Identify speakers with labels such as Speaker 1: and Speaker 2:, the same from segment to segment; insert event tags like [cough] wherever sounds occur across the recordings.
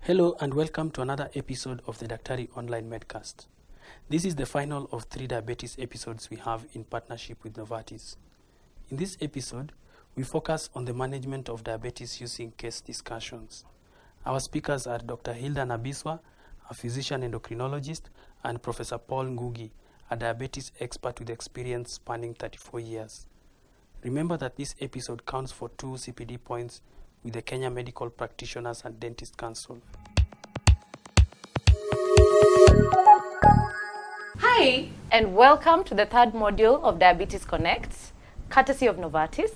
Speaker 1: Hello and welcome to another episode of the Daktari Online Medcast. This is the final of three diabetes episodes we have in partnership with Novartis. In this episode, we focus on the management of diabetes using case discussions. Our speakers are Dr. Hilda Nabiswa, a physician endocrinologist, and Professor Paul Ngugi, a diabetes expert with experience spanning 34 years. Remember that this episode counts for two CPD points with the Kenya Medical Practitioners and Dentist Council.
Speaker 2: Hi, and welcome to the third module of Diabetes Connects, courtesy of Novartis.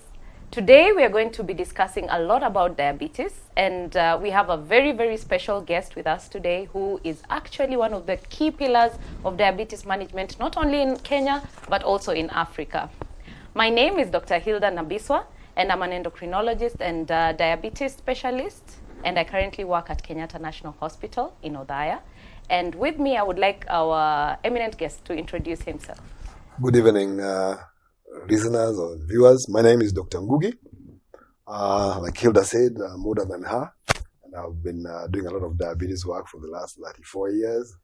Speaker 2: Today we are going to be discussing a lot about diabetes, and uh, we have a very, very special guest with us today who is actually one of the key pillars of diabetes management, not only in Kenya, but also in Africa. My name is Dr. Hilda Nabiswa, and I'm an endocrinologist and uh, diabetes specialist. And I currently work at Kenyatta National Hospital in Odaya. And with me, I would like our eminent guest to introduce himself.
Speaker 3: Good evening, uh, listeners or viewers. My name is Dr. Ngugi. Uh, like Hilda said, I'm older than her, and I've been uh, doing a lot of diabetes work for the last 34 years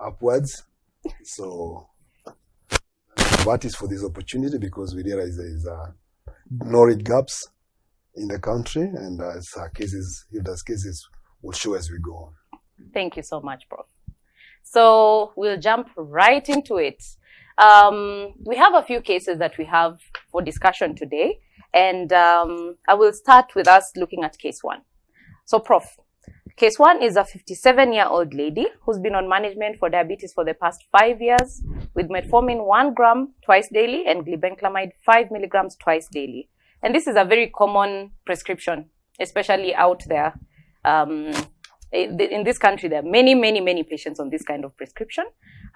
Speaker 3: upwards. So, what is for this opportunity because we realize there is uh, knowledge gaps in the country, and uh, as her cases, Hilda's cases will show as we go on.
Speaker 2: Thank you so much, Prof. So we'll jump right into it. Um, we have a few cases that we have for discussion today, and um, I will start with us looking at case one. So, Prof, case one is a 57 year old lady who's been on management for diabetes for the past five years with metformin 1 gram twice daily and glibenclamide 5 milligrams twice daily. And this is a very common prescription, especially out there. Um, in in this country, there are many, many, many patients on this kind of prescription,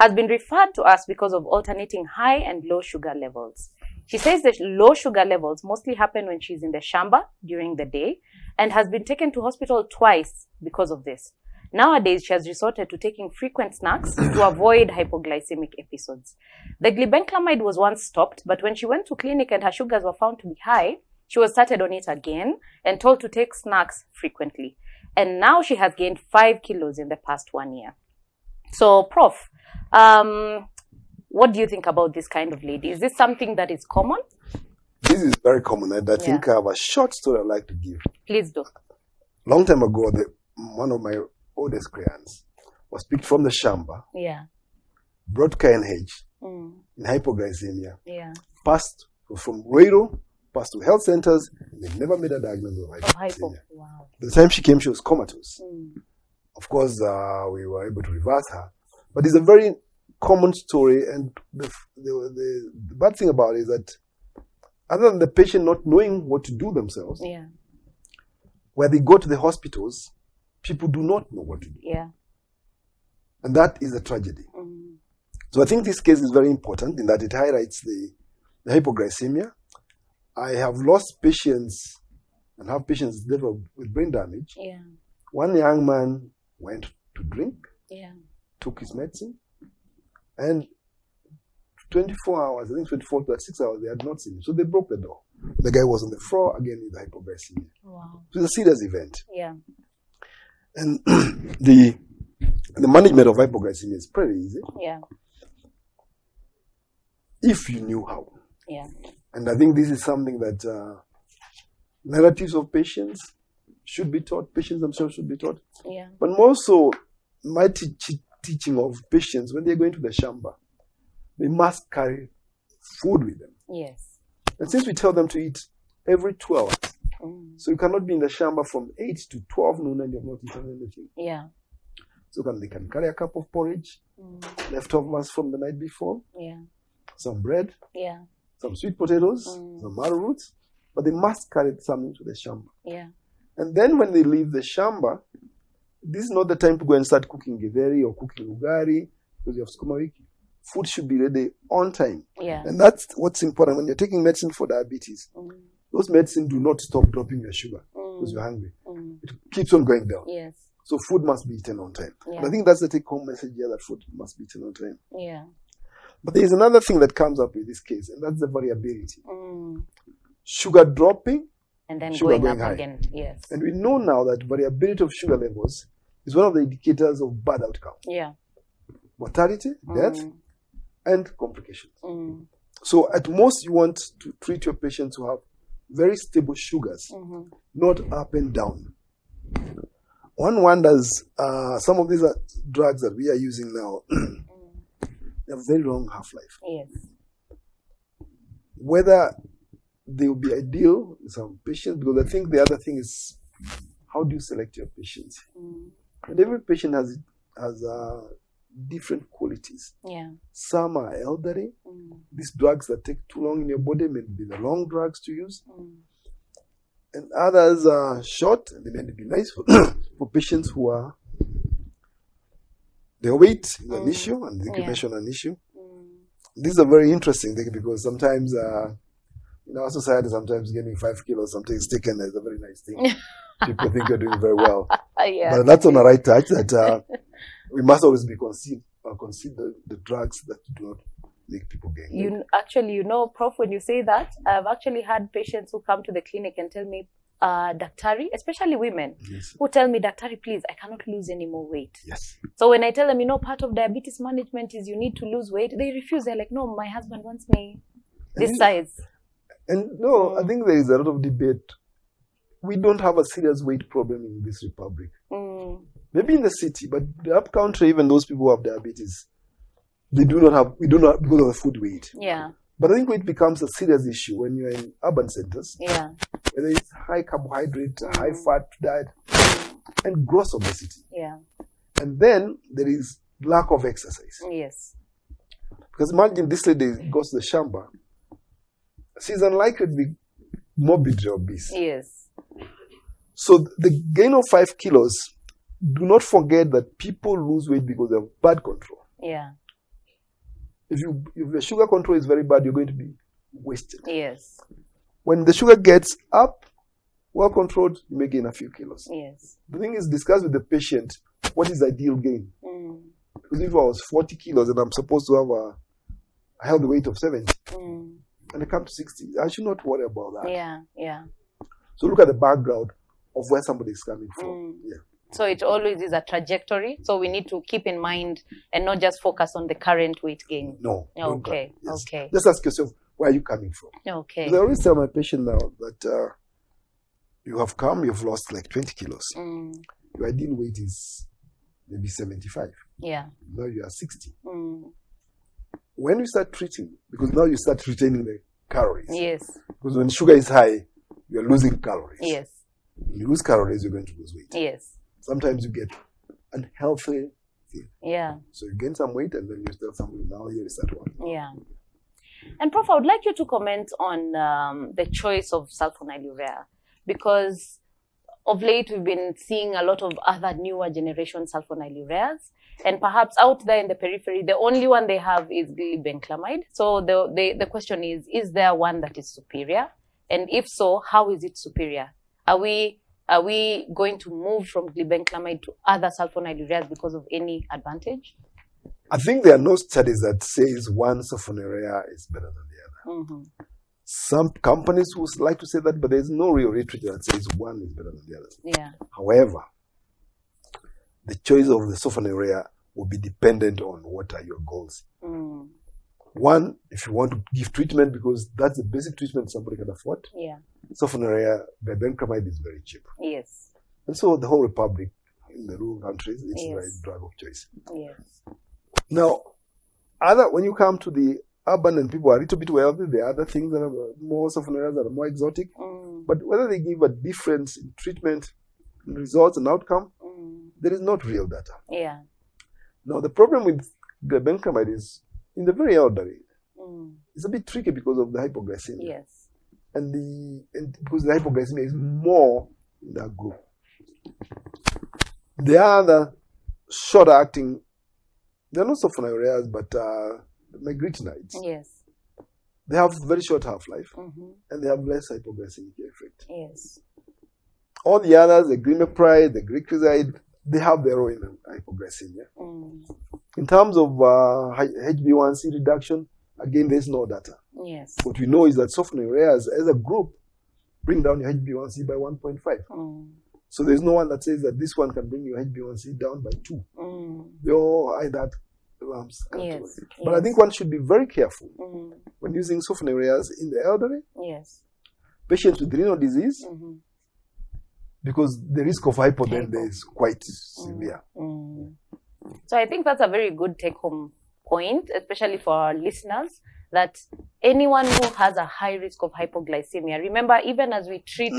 Speaker 2: has been referred to us because of alternating high and low sugar levels. She says that low sugar levels mostly happen when she's in the shamba during the day and has been taken to hospital twice because of this. Nowadays, she has resorted to taking frequent snacks to avoid hypoglycemic episodes. The glibenclamide was once stopped, but when she went to clinic and her sugars were found to be high, she was started on it again and told to take snacks frequently. And now she has gained five kilos in the past one year. So, Prof, um, what do you think about this kind of lady? Is this something that is common?
Speaker 3: This is very common, and I think I have a short story I'd like to give.
Speaker 2: Please do.
Speaker 3: Long time ago, the, one of my oldest clients was picked from the shamba,
Speaker 2: Yeah.
Speaker 3: brought KNH
Speaker 2: Mm,
Speaker 3: in hypoglycemia,
Speaker 2: yeah.
Speaker 3: passed from Ruiru, passed to health centers, and they never made a diagnosis of
Speaker 2: Of hypo.
Speaker 3: hypoglycemia.
Speaker 2: Wow.
Speaker 3: The time she came, she was comatose.
Speaker 2: Mm,
Speaker 3: Of course, uh, we were able to reverse her, but it's a very common story. And the, f- the, the, the bad thing about it is that, other than the patient not knowing what to do themselves,
Speaker 2: yeah.
Speaker 3: where they go to the hospitals, people do not know what to do,
Speaker 2: Yeah.
Speaker 3: and that is a tragedy.
Speaker 2: Mm,
Speaker 3: So I think this case is very important in that it highlights the, the hypoglycemia. I have lost patients and have patients develop with brain damage.
Speaker 2: yeah.
Speaker 3: One young man went to drink,
Speaker 2: Yeah.
Speaker 3: took his medicine, and 24 hours, I think 24 to 6 hours, they had not seen him. So they broke the door. The guy was on the floor again with hypoglycemia.
Speaker 2: Wow.
Speaker 3: It was a serious event.
Speaker 2: Yeah.
Speaker 3: And [clears throat] the, the management of hypoglycemia is pretty easy
Speaker 2: Yeah.
Speaker 3: if you knew how.
Speaker 2: Yeah.
Speaker 3: And I think this is something that uh, narratives of patients should be taught, patients themselves should be taught,
Speaker 2: Yeah.
Speaker 3: but more so, my te- te- teaching of patients when they're going to the shamba, they must carry food with them.
Speaker 2: Yes.
Speaker 3: And since we tell them to eat every 12 hours,
Speaker 2: Mm,
Speaker 3: so you cannot be in the shamba from 8 to 12 noon and you've not eaten anything.
Speaker 2: yeah.
Speaker 3: So can, they can carry a cup of porridge,
Speaker 2: Mm,
Speaker 3: leftovers from the night before,
Speaker 2: yeah.
Speaker 3: some bread,
Speaker 2: Yeah.
Speaker 3: some sweet potatoes,
Speaker 2: Mm.
Speaker 3: some marrow roots, but they must carry something to the shamba.
Speaker 2: Yeah.
Speaker 3: And then when they leave the shamba, this is not the time to go and start cooking githeri or cooking ugari because you have skuma wiki. Food should be ready on time.
Speaker 2: Yeah.
Speaker 3: And that's what's important. When you're taking medicine for diabetes,
Speaker 2: Mm,
Speaker 3: those medicines do not stop dropping your sugar because
Speaker 2: mm,
Speaker 3: you're hungry.
Speaker 2: mm,
Speaker 3: It keeps on going down.
Speaker 2: yes.
Speaker 3: So food must be eaten on time. And
Speaker 2: Yeah.
Speaker 3: I think that's the take home message here that food must be eaten on time.
Speaker 2: Yeah.
Speaker 3: But there's another thing that comes up with this case, and that's the variability.
Speaker 2: Mm,
Speaker 3: Sugar dropping,
Speaker 2: and then
Speaker 3: Sugar
Speaker 2: going,
Speaker 3: going
Speaker 2: up
Speaker 3: high.
Speaker 2: again. Yes.
Speaker 3: and we know now that variability of sugar levels is one of the indicators of bad outcome
Speaker 2: Yeah.
Speaker 3: mortality, death,
Speaker 2: Mm,
Speaker 3: and complications.
Speaker 2: mm,
Speaker 3: So, at most, you want to treat your patients who have very stable sugars,
Speaker 2: mhm.
Speaker 3: not up and down. One wonders uh, some of these are drugs that we are using now, [clears throat] they have very long half life.
Speaker 2: Yes.
Speaker 3: Whether they will be ideal in some patients, because I think the other thing is how do you select your patients?
Speaker 2: Mm,
Speaker 3: And every patient has, has uh, different qualities.
Speaker 2: Yeah.
Speaker 3: Some are elderly,
Speaker 2: Mm,
Speaker 3: these drugs that take too long in your body may be the long drugs to use,
Speaker 2: mm,
Speaker 3: and others are short and they may be nice for, [coughs] for patients who are their weight is an
Speaker 2: Mm.
Speaker 3: issue and
Speaker 2: Yeah.
Speaker 3: incubation an issue.
Speaker 2: mm,
Speaker 3: These are very interesting thing because sometimes uh, in our society, sometimes gaining five kilos something is taken as a very nice
Speaker 2: [laughs]
Speaker 3: thing. People think you're doing very well,
Speaker 2: Ah, yeah.
Speaker 3: but that's on the right touch. That uh, we must always be consider uh, consider the drugs that do not make people gain. weight.
Speaker 2: you kn- actually you know prof when you say that i've actually had patients who come to the clinic and tell me uh daktari especially women
Speaker 3: yes.
Speaker 2: who tell me daktari please i cannot lose any more weight
Speaker 3: Yes.
Speaker 2: so when i tell them you know part of diabetes management is you need to lose weight they refuse they're like no my husband wants me this
Speaker 3: And-
Speaker 2: size
Speaker 3: And no, I
Speaker 2: Mm.
Speaker 3: think there is a lot of debate. We don't have a serious weight problem in this republic.
Speaker 2: mm,
Speaker 3: Maybe in the city, but the upcountry, even those people who have diabetes, they do not have, we do not, because of the food weight.
Speaker 2: yeah
Speaker 3: But I think weight becomes a serious issue when you're in urban centers,
Speaker 2: yeah
Speaker 3: whether it's high carbohydrate, high fat diet, and gross obesity.
Speaker 2: yeah
Speaker 3: And then there is lack of exercise.
Speaker 2: yes
Speaker 3: Because imagine this lady goes to the shamba, she's unlikely to be morbidly obese.
Speaker 2: yes
Speaker 3: So th- the gain of five kilos, do not forget that people lose weight because of bad control.
Speaker 2: yeah
Speaker 3: If you if your sugar control is very bad, you're going to be wasted.
Speaker 2: yes
Speaker 3: When the sugar gets up, well controlled, you may gain a few kilos.
Speaker 2: yes
Speaker 3: The thing is discuss with the patient what is ideal gain.
Speaker 2: mm,
Speaker 3: Because if I was 40 kilos and I'm supposed to have a I held the weight of 70
Speaker 2: mm,
Speaker 3: and I come to 60, I should not worry about that.
Speaker 2: yeah yeah
Speaker 3: So look at the background of where somebody is coming from.
Speaker 2: Mm.
Speaker 3: Yeah.
Speaker 2: So it always is a trajectory. So we need to keep in mind and not just focus on the current weight gain.
Speaker 3: No. don't try.
Speaker 2: Okay,
Speaker 3: Yes.
Speaker 2: okay,
Speaker 3: Just ask yourself, where are you coming from?
Speaker 2: okay.
Speaker 3: Because I always tell my patient now that uh, you have come, you've lost like 20 kilos.
Speaker 2: Mm,
Speaker 3: Your ideal weight is maybe 75.
Speaker 2: yeah.
Speaker 3: Now you are 60.
Speaker 2: Mm,
Speaker 3: When you start treating, because now you start retaining the calories.
Speaker 2: yes.
Speaker 3: Because when sugar is high, you're losing calories.
Speaker 2: Yes.
Speaker 3: When you lose calories, you're going to lose weight.
Speaker 2: Yes.
Speaker 3: Sometimes you get unhealthy.
Speaker 2: Yeah.
Speaker 3: So you gain some weight and then you still some weight. Now here is that one.
Speaker 2: Yeah. And Prof, I would like you to comment on um, the choice of sulfonylurea because of late we've been seeing a lot of other newer generation sulfonylureas, and perhaps out there in the periphery, the only one they have is glibenclamide. So the, the the question is, is there one that is superior? And if so, how is it superior? Are we are we going to move from glibenclamide to other sulfonylureas because of any advantage?
Speaker 3: I think there are no studies that says one sulfonylurea is better than the other.
Speaker 2: hmm
Speaker 3: Some companies would like to say that, but there's no real literature that says one is better than the other.
Speaker 2: Yeah.
Speaker 3: However, the choice of the sulfonylurea will be dependent on what are your goals.
Speaker 2: Mm.
Speaker 3: One, if you want to give treatment because that's the basic treatment somebody can afford,
Speaker 2: Yeah.
Speaker 3: sulfonylurea berbencramide is very cheap.
Speaker 2: Yes.
Speaker 3: And so the whole republic in the rural countries it's
Speaker 2: Yes.
Speaker 3: the right drug of choice.
Speaker 2: Yes.
Speaker 3: Now, other when you come to the urban and people are a little bit wealthy, there are other things that are more sulfonylureas that are more exotic.
Speaker 2: Mm,
Speaker 3: But whether they give a difference in treatment, in results, and outcome,
Speaker 2: mm,
Speaker 3: there is not real data.
Speaker 2: yeah.
Speaker 3: Now, the problem with glibenclamide is in the very elderly,
Speaker 2: Mm,
Speaker 3: it's a bit tricky because of the hypoglycemia.
Speaker 2: yes.
Speaker 3: And, the, and because the hypoglycemia is more in that group. There are the short acting, they're not sulfonylureas, but uh, megritinides.
Speaker 2: Yes.
Speaker 3: They have very short half life
Speaker 2: Mm-hmm.
Speaker 3: and they have less hypoglycemic effect.
Speaker 2: Yes.
Speaker 3: All the others, the grimepride, the glicoside, they have their own um, hypoglycemia.
Speaker 2: Mm,
Speaker 3: In terms of uh, hi- HbA1c reduction, again, there's no data.
Speaker 2: yes.
Speaker 3: What we know is that softening rares as a group bring down your HbA1c by 1.5.
Speaker 2: Mm,
Speaker 3: So there's no one that says that this one can bring your HbA1c down by two.
Speaker 2: Mm.
Speaker 3: They all hide that lumps. can't
Speaker 2: Yes,
Speaker 3: they? But I
Speaker 2: yes.
Speaker 3: think one should be very careful
Speaker 2: Mm.
Speaker 3: when using sulfonylureas in the elderly,
Speaker 2: Yes.
Speaker 3: patients with renal disease,
Speaker 2: Mm-hmm.
Speaker 3: because the risk of hypo then
Speaker 2: Hypo.
Speaker 3: there is quite severe.
Speaker 2: Mm. So I think that's a very good take home point, especially for our listeners, that anyone who has a high risk of hypoglycemia, remember, even as we treat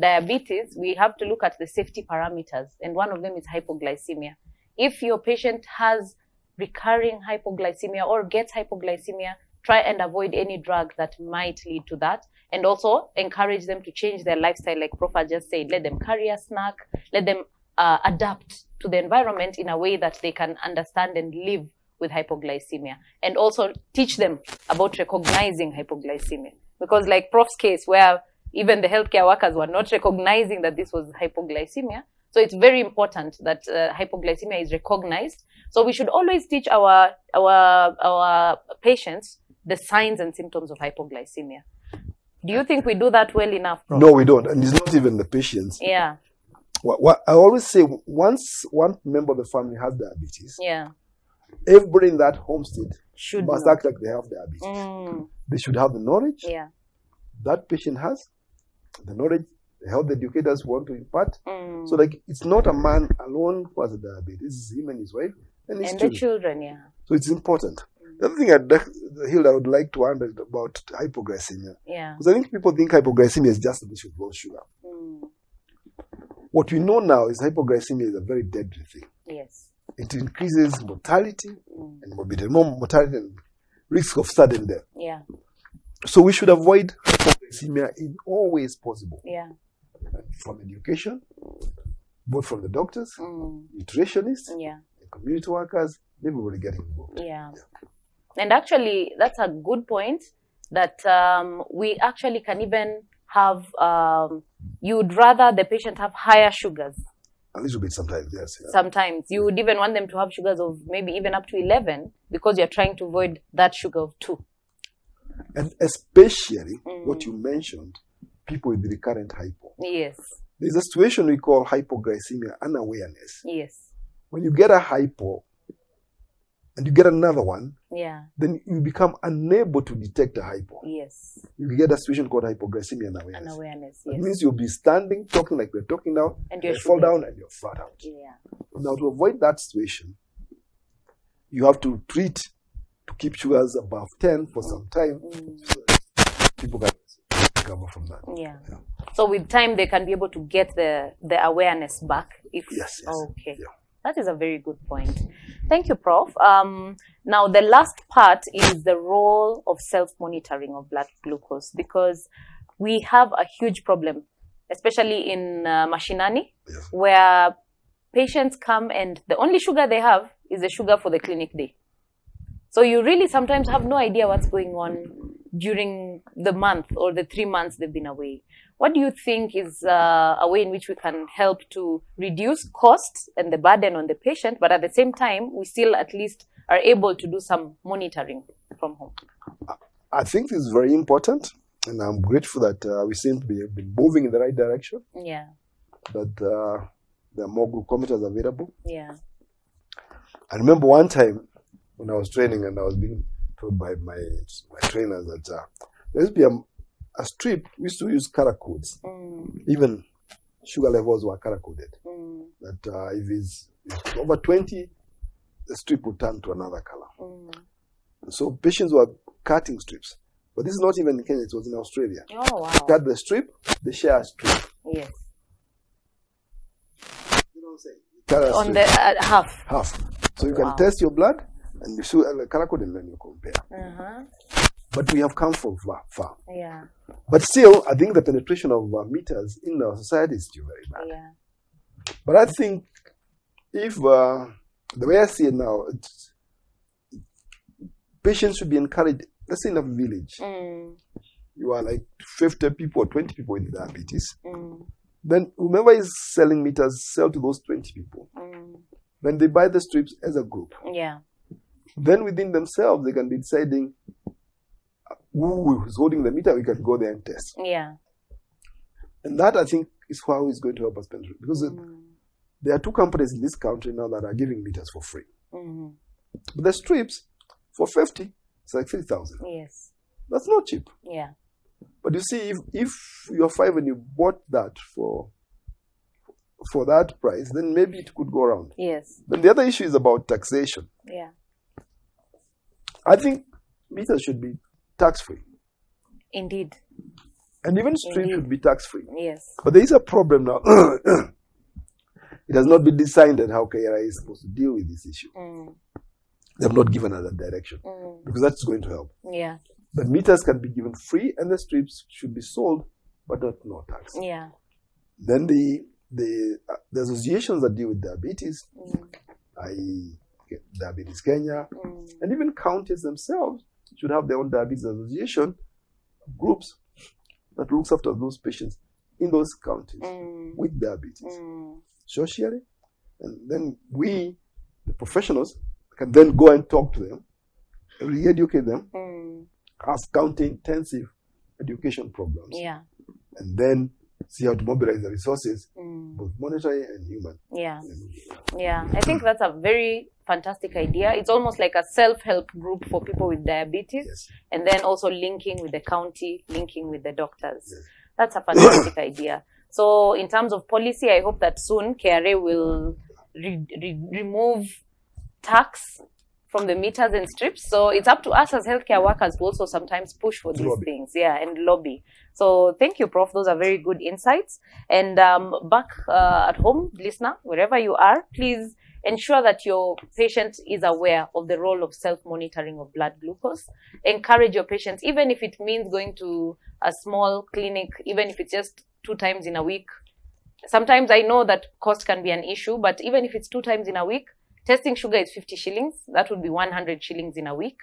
Speaker 2: diabetes, we have to look at the safety parameters, and one of them is hypoglycemia. If your patient has recurring hypoglycemia or gets hypoglycemia, try and avoid any drug that might lead to that. And also encourage them to change their lifestyle, like Profa just said. Let them carry a snack, let them uh, adapt to the environment in a way that they can understand and live with hypoglycemia and also teach them about recognizing hypoglycemia because like prof's case where even the healthcare workers were not recognizing that this was hypoglycemia so it's very important that uh, hypoglycemia is recognized so we should always teach our our our patients the signs and symptoms of hypoglycemia do you think we do that well enough Prof?
Speaker 3: No, we don't. And it's not even the patients.
Speaker 2: yeah
Speaker 3: What, what I always say once one member of the family has diabetes,
Speaker 2: yeah
Speaker 3: everybody in that homestead
Speaker 2: should
Speaker 3: must
Speaker 2: know.
Speaker 3: act like they have diabetes.
Speaker 2: Mm,
Speaker 3: They should have the knowledge
Speaker 2: yeah
Speaker 3: that patient has, the knowledge the health educators want to impart.
Speaker 2: Mm.
Speaker 3: So, like, it's not a man alone who has a diabetes, it's him and his wife and his
Speaker 2: and Mm. the
Speaker 3: children.
Speaker 2: children, yeah.
Speaker 3: So it's important. The other thing I'd like, Hilda, I would like to add is about hypoglycemia.
Speaker 2: Yeah.
Speaker 3: Because I think people think hypoglycemia is just an issue with blood sugar.
Speaker 2: Mm.
Speaker 3: What we know now is hypoglycemia is a very deadly thing.
Speaker 2: Yes.
Speaker 3: It increases mortality
Speaker 2: Mm.
Speaker 3: and morbidity, more mortality and risk of sudden death.
Speaker 2: Yeah.
Speaker 3: So we should avoid hypoglycemia in all ways possible,
Speaker 2: Yeah.
Speaker 3: from education, both from the doctors,
Speaker 2: Mm.
Speaker 3: nutritionists,
Speaker 2: Yeah.
Speaker 3: and community workers, and everybody getting involved.
Speaker 2: Yeah. And actually, that's a good point that um, we actually can even have, um, you'd rather the patient have higher sugars.
Speaker 3: A little bit sometimes, yes. yeah.
Speaker 2: Sometimes you would even want them to have sugars of maybe even up to 11 because you're trying to avoid that sugar of 2.
Speaker 3: And especially what
Speaker 2: Mm.
Speaker 3: you mentioned, people with recurrent hypo.
Speaker 2: Yes.
Speaker 3: There's a situation we call hypoglycemia unawareness.
Speaker 2: Yes.
Speaker 3: When you get a hypo and you get another one,
Speaker 2: Yeah.
Speaker 3: then you become unable to detect a hypo.
Speaker 2: Yes.
Speaker 3: You get a situation called hypoglycemia unawareness.
Speaker 2: An awareness.
Speaker 3: It
Speaker 2: Yes.
Speaker 3: means you'll be standing, talking like we're talking now,
Speaker 2: And
Speaker 3: you
Speaker 2: your
Speaker 3: fall
Speaker 2: sugar.
Speaker 3: down and you're flat out.
Speaker 2: Yeah.
Speaker 3: Now, to avoid that situation, you have to treat to keep sugars above 10 for some time
Speaker 2: Mm.
Speaker 3: so that people can recover from that.
Speaker 2: Yeah.
Speaker 3: Yeah.
Speaker 2: So with time, they can be able to get the the awareness back. If
Speaker 3: Yes, yes.
Speaker 2: okay,
Speaker 3: Yeah.
Speaker 2: that is a very good point. Thank you, Prof. Um, now the last part is the role of self monitoring of blood glucose because we have a huge problem, especially in uh, Mashinani,
Speaker 3: Yes.
Speaker 2: where patients come and the only sugar they have is the sugar for the clinic day. So you really sometimes have no idea what's going on during the month or the three months they've been away. What do you think is uh, a way in which we can help to reduce costs and the burden on the patient, but at the same time, we still at least are able to do some monitoring from home?
Speaker 3: I think this is very important, and I'm grateful that uh, we seem to be be moving in the right direction,
Speaker 2: Yeah,
Speaker 3: that uh, there are more glucometers available.
Speaker 2: yeah,
Speaker 3: I remember one time when I was training and I was being told by my, my trainers that uh, there used to be a, a strip, we used to use color codes,
Speaker 2: mm,
Speaker 3: even sugar levels were color coded.
Speaker 2: mm,
Speaker 3: That uh, if it's if it's over 20, the strip would turn to another color.
Speaker 2: mm.
Speaker 3: So patients were cutting strips. But this is not even in Kenya, it was in Australia.
Speaker 2: Oh, wow.
Speaker 3: Cut the strip, they share a strip.
Speaker 2: Yes.
Speaker 3: You know what I'm saying? Color
Speaker 2: On
Speaker 3: strip,
Speaker 2: the uh, half.
Speaker 3: half. So you can
Speaker 2: Wow.
Speaker 3: test your blood and you see uh, the color code and then you compare.
Speaker 2: Uh huh.
Speaker 3: But we have come from far, far.
Speaker 2: Yeah,
Speaker 3: But still, I think the penetration of uh, meters in our society is still very bad.
Speaker 2: yeah,
Speaker 3: But I think if uh, the way I see it now, it's, patients should be encouraged. Let's say in a village,
Speaker 2: mm,
Speaker 3: you are like 50 people or 20 people with diabetes.
Speaker 2: mm,
Speaker 3: Then whomever is selling meters, sell to those 20 people.
Speaker 2: mm.
Speaker 3: Then they buy the strips as a group.
Speaker 2: yeah,
Speaker 3: Then within themselves, they can be deciding uh, who is holding the meter. We can go there and test.
Speaker 2: yeah.
Speaker 3: And that I think is how it's going to help us penetrate. Because uh,
Speaker 2: Mm,
Speaker 3: there are two companies in this country now that are giving meters for free.
Speaker 2: Mm.
Speaker 3: But the strips, for 50, it's like 3,000.
Speaker 2: Yes.
Speaker 3: That's not cheap.
Speaker 2: Yeah.
Speaker 3: But you see, if, if you're five and you bought that for for that price, then maybe it could go around.
Speaker 2: Yes.
Speaker 3: Then the other issue is about taxation.
Speaker 2: Yeah.
Speaker 3: I think meters should be tax free,
Speaker 2: Indeed.
Speaker 3: and even street
Speaker 2: Indeed.
Speaker 3: should be tax free.
Speaker 2: Yes.
Speaker 3: But there is a problem now. [coughs] it has not been decided how KRI is supposed to deal with this issue.
Speaker 2: Mm.
Speaker 3: They have not given us a direction
Speaker 2: Mm.
Speaker 3: because that's going to help.
Speaker 2: Yeah.
Speaker 3: But meters can be given free, and the strips should be sold, but not no tax.
Speaker 2: Yeah.
Speaker 3: Then the the uh, the associations that deal with diabetes,
Speaker 2: Mm.
Speaker 3: i.e., Diabetes Kenya,
Speaker 2: Mm.
Speaker 3: and even counties themselves should have their own diabetes association groups that looks after those patients in those counties
Speaker 2: Mm.
Speaker 3: with diabetes
Speaker 2: Mm.
Speaker 3: socially, and then we, the professionals, can then go and talk to them, re-educate them,
Speaker 2: Mm.
Speaker 3: have county-intensive education programs,
Speaker 2: Yeah.
Speaker 3: and then see how to mobilize the resources,
Speaker 2: Mm.
Speaker 3: both monetary and human.
Speaker 2: Yeah. Yeah, I think that's a very fantastic idea. It's almost like a self help group for people with diabetes
Speaker 3: Yes.
Speaker 2: and then also linking with the county, linking with the doctors.
Speaker 3: Yes.
Speaker 2: That's a fantastic [coughs] idea. So, in terms of policy, I hope that soon KRA will re- re- remove tax from the meters and strips. So, it's up to us as healthcare workers who also sometimes push for these
Speaker 3: Lobby.
Speaker 2: things. Yeah, and lobby. So, thank you, Prof. Those are very good insights. And um, back uh, at home, listener, wherever you are, please ensure that your patient is aware of the role of self monitoring of blood glucose. Encourage your patients, even if it means going to a small clinic, even if it's just two times in a week. Sometimes I know that cost can be an issue, but even if it's two times in a week, testing sugar is 50 shillings. That would be 100 shillings in a week.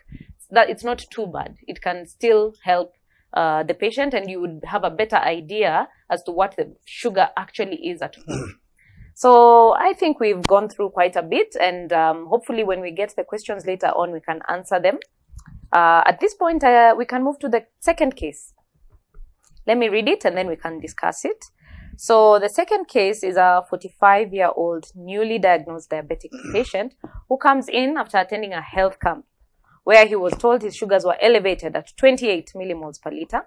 Speaker 2: That it's not too bad. It can still help uh, the patient, and you would have a better idea as to what the sugar actually is at home. So I think we've gone through quite a bit, and um, hopefully, when we get the questions later on, we can answer them. Uh, at this point, uh, we can move to the second case. Let me read it, and then we can discuss it. So the second case is a 45-year-old newly diagnosed diabetic patient who comes in after attending a health camp where he was told his sugars were elevated at 28 millimoles per liter.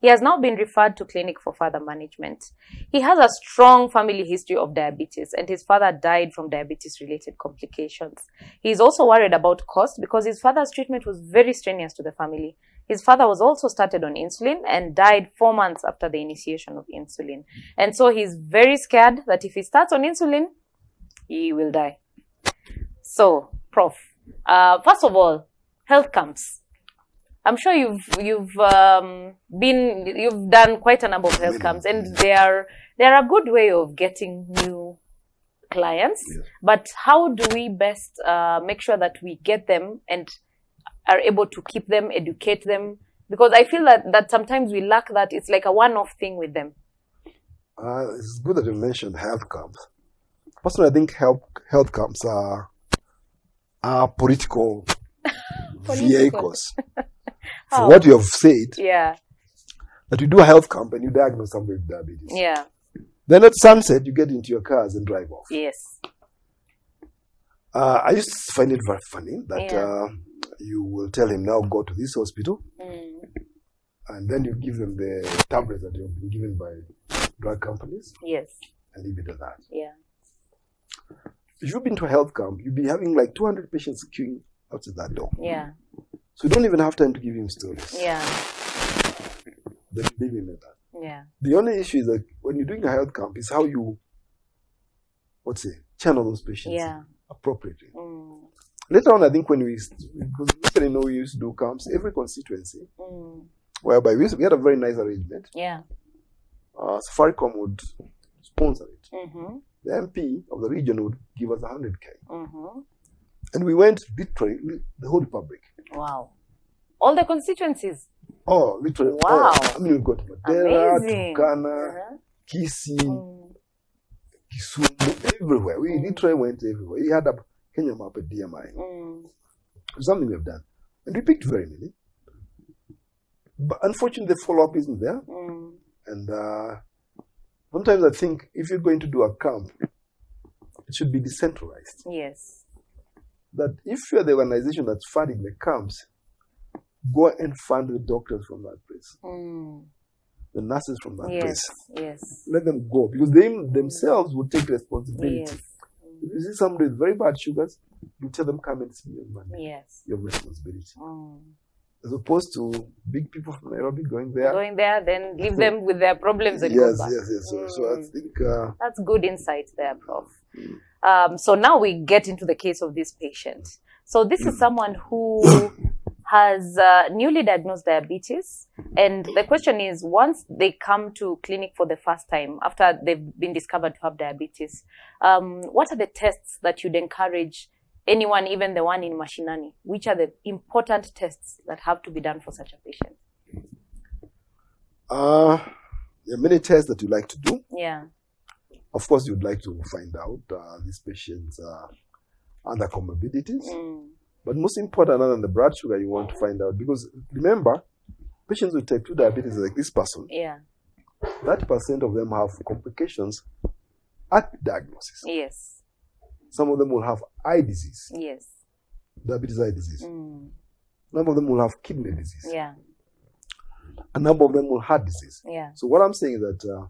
Speaker 2: He has now been referred to clinic for further management. He has a strong family history of diabetes, and his father died from diabetes related complications. He is also worried about cost because his father's treatment was very strenuous to the family. His father was also started on insulin and died four months after the initiation of insulin. And so he's very scared that if he starts on insulin, he will die. So, Prof, uh, first of all, health camps. I'm sure you've you've um, been you've done quite a number of health
Speaker 3: Many,
Speaker 2: camps, and
Speaker 3: yes.
Speaker 2: they are they are a good way of getting new clients.
Speaker 3: Yes.
Speaker 2: But how do we best uh, make sure that we get them and are able to keep them, educate them? Because I feel that that sometimes we lack that. It's like a one-off thing with them.
Speaker 3: Uh, it's good that you mentioned health camps. Personally, I think health health camps are
Speaker 2: [laughs]
Speaker 3: are political, vehicles. For
Speaker 2: Oh.
Speaker 3: what you have said,
Speaker 2: Yeah,
Speaker 3: that you do a health camp and you diagnose somebody with diabetes.
Speaker 2: yeah,
Speaker 3: Then at sunset, you get into your cars and drive off.
Speaker 2: yes,
Speaker 3: Uh, I used to find it very funny that
Speaker 2: Yeah.
Speaker 3: uh, you will tell him now go to this hospital,
Speaker 2: mm,
Speaker 3: and then you give him the tablets that you've been given by drug companies,
Speaker 2: yes,
Speaker 3: and leave it at that.
Speaker 2: yeah,
Speaker 3: If you've been to a health camp, you'll be having like 200 patients queuing outside that door.
Speaker 2: yeah,
Speaker 3: So you don't even have time to give him stories.
Speaker 2: yeah,
Speaker 3: They leave him at that.
Speaker 2: yeah,
Speaker 3: The only issue is that when you're doing a health camp, is how you, what's it, channel those patients
Speaker 2: yeah.
Speaker 3: appropriately.
Speaker 2: Mm,
Speaker 3: Later on, I think when we, because we usually know we used to do camps, every constituency,
Speaker 2: mm,
Speaker 3: whereby we, used, we had a very nice arrangement.
Speaker 2: yeah.
Speaker 3: Uh, Safaricom would sponsor it.
Speaker 2: Mhm.
Speaker 3: The MP of the region would give us 100k.
Speaker 2: Mhm.
Speaker 3: And we went literally the whole republic.
Speaker 2: Wow. All the constituencies.
Speaker 3: Oh, literally.
Speaker 2: Wow.
Speaker 3: all. I mean, we got Madera,
Speaker 2: Amazing.
Speaker 3: Turkana,
Speaker 2: Uh-huh.
Speaker 3: Kisii,
Speaker 2: Mm,
Speaker 3: Kisumu, everywhere. We
Speaker 2: Mm.
Speaker 3: literally went everywhere. We had a Kenya map at DMI.
Speaker 2: mm,
Speaker 3: Something we have done. And we picked very many. But unfortunately, the follow up isn't there.
Speaker 2: mm,
Speaker 3: and uh, Sometimes I think if you're going to do a camp, it should be decentralized.
Speaker 2: Yes.
Speaker 3: That if you're the organization that's funding the camps, go and fund the doctors from that place,
Speaker 2: Mm.
Speaker 3: the nurses from that
Speaker 2: Yes.
Speaker 3: place.
Speaker 2: Yes.
Speaker 3: Let them go because they themselves will take responsibility.
Speaker 2: Yes.
Speaker 3: If you see somebody with very bad sugars, you tell them, come and see your money,
Speaker 2: Yes.
Speaker 3: your responsibility.
Speaker 2: Mm.
Speaker 3: As opposed to big people from Nairobi going there.
Speaker 2: Going there, then leave them with their problems
Speaker 3: yes,
Speaker 2: and
Speaker 3: yes,
Speaker 2: go back.
Speaker 3: yes. So, so I
Speaker 2: Mm.
Speaker 3: think uh,
Speaker 2: That's good insight there, Prof. Um, so now we get into the case of this patient. So this is someone who has uh, newly diagnosed diabetes, and the question is: once they come to clinic for the first time after they've been discovered to have diabetes, um, what are the tests that you'd encourage anyone, even the one in Mashinani? Which are the important tests that have to be done for such a patient?
Speaker 3: uh, there are many tests that you like to do.
Speaker 2: Yeah.
Speaker 3: Of course, you'd like to find out uh, these patients' uh, other comorbidities.
Speaker 2: Mm.
Speaker 3: But most important, other than the blood sugar, you want to find out because remember, patients with type 2 diabetes, like this person,
Speaker 2: Yeah.
Speaker 3: 30% of them have complications at diagnosis.
Speaker 2: Yes.
Speaker 3: Some of them will have eye disease,
Speaker 2: Yes.
Speaker 3: diabetes eye disease.
Speaker 2: Mm.
Speaker 3: Some of them will have kidney disease.
Speaker 2: Yeah.
Speaker 3: A number of them will heart disease.
Speaker 2: Yeah.
Speaker 3: So what I'm saying is that uh,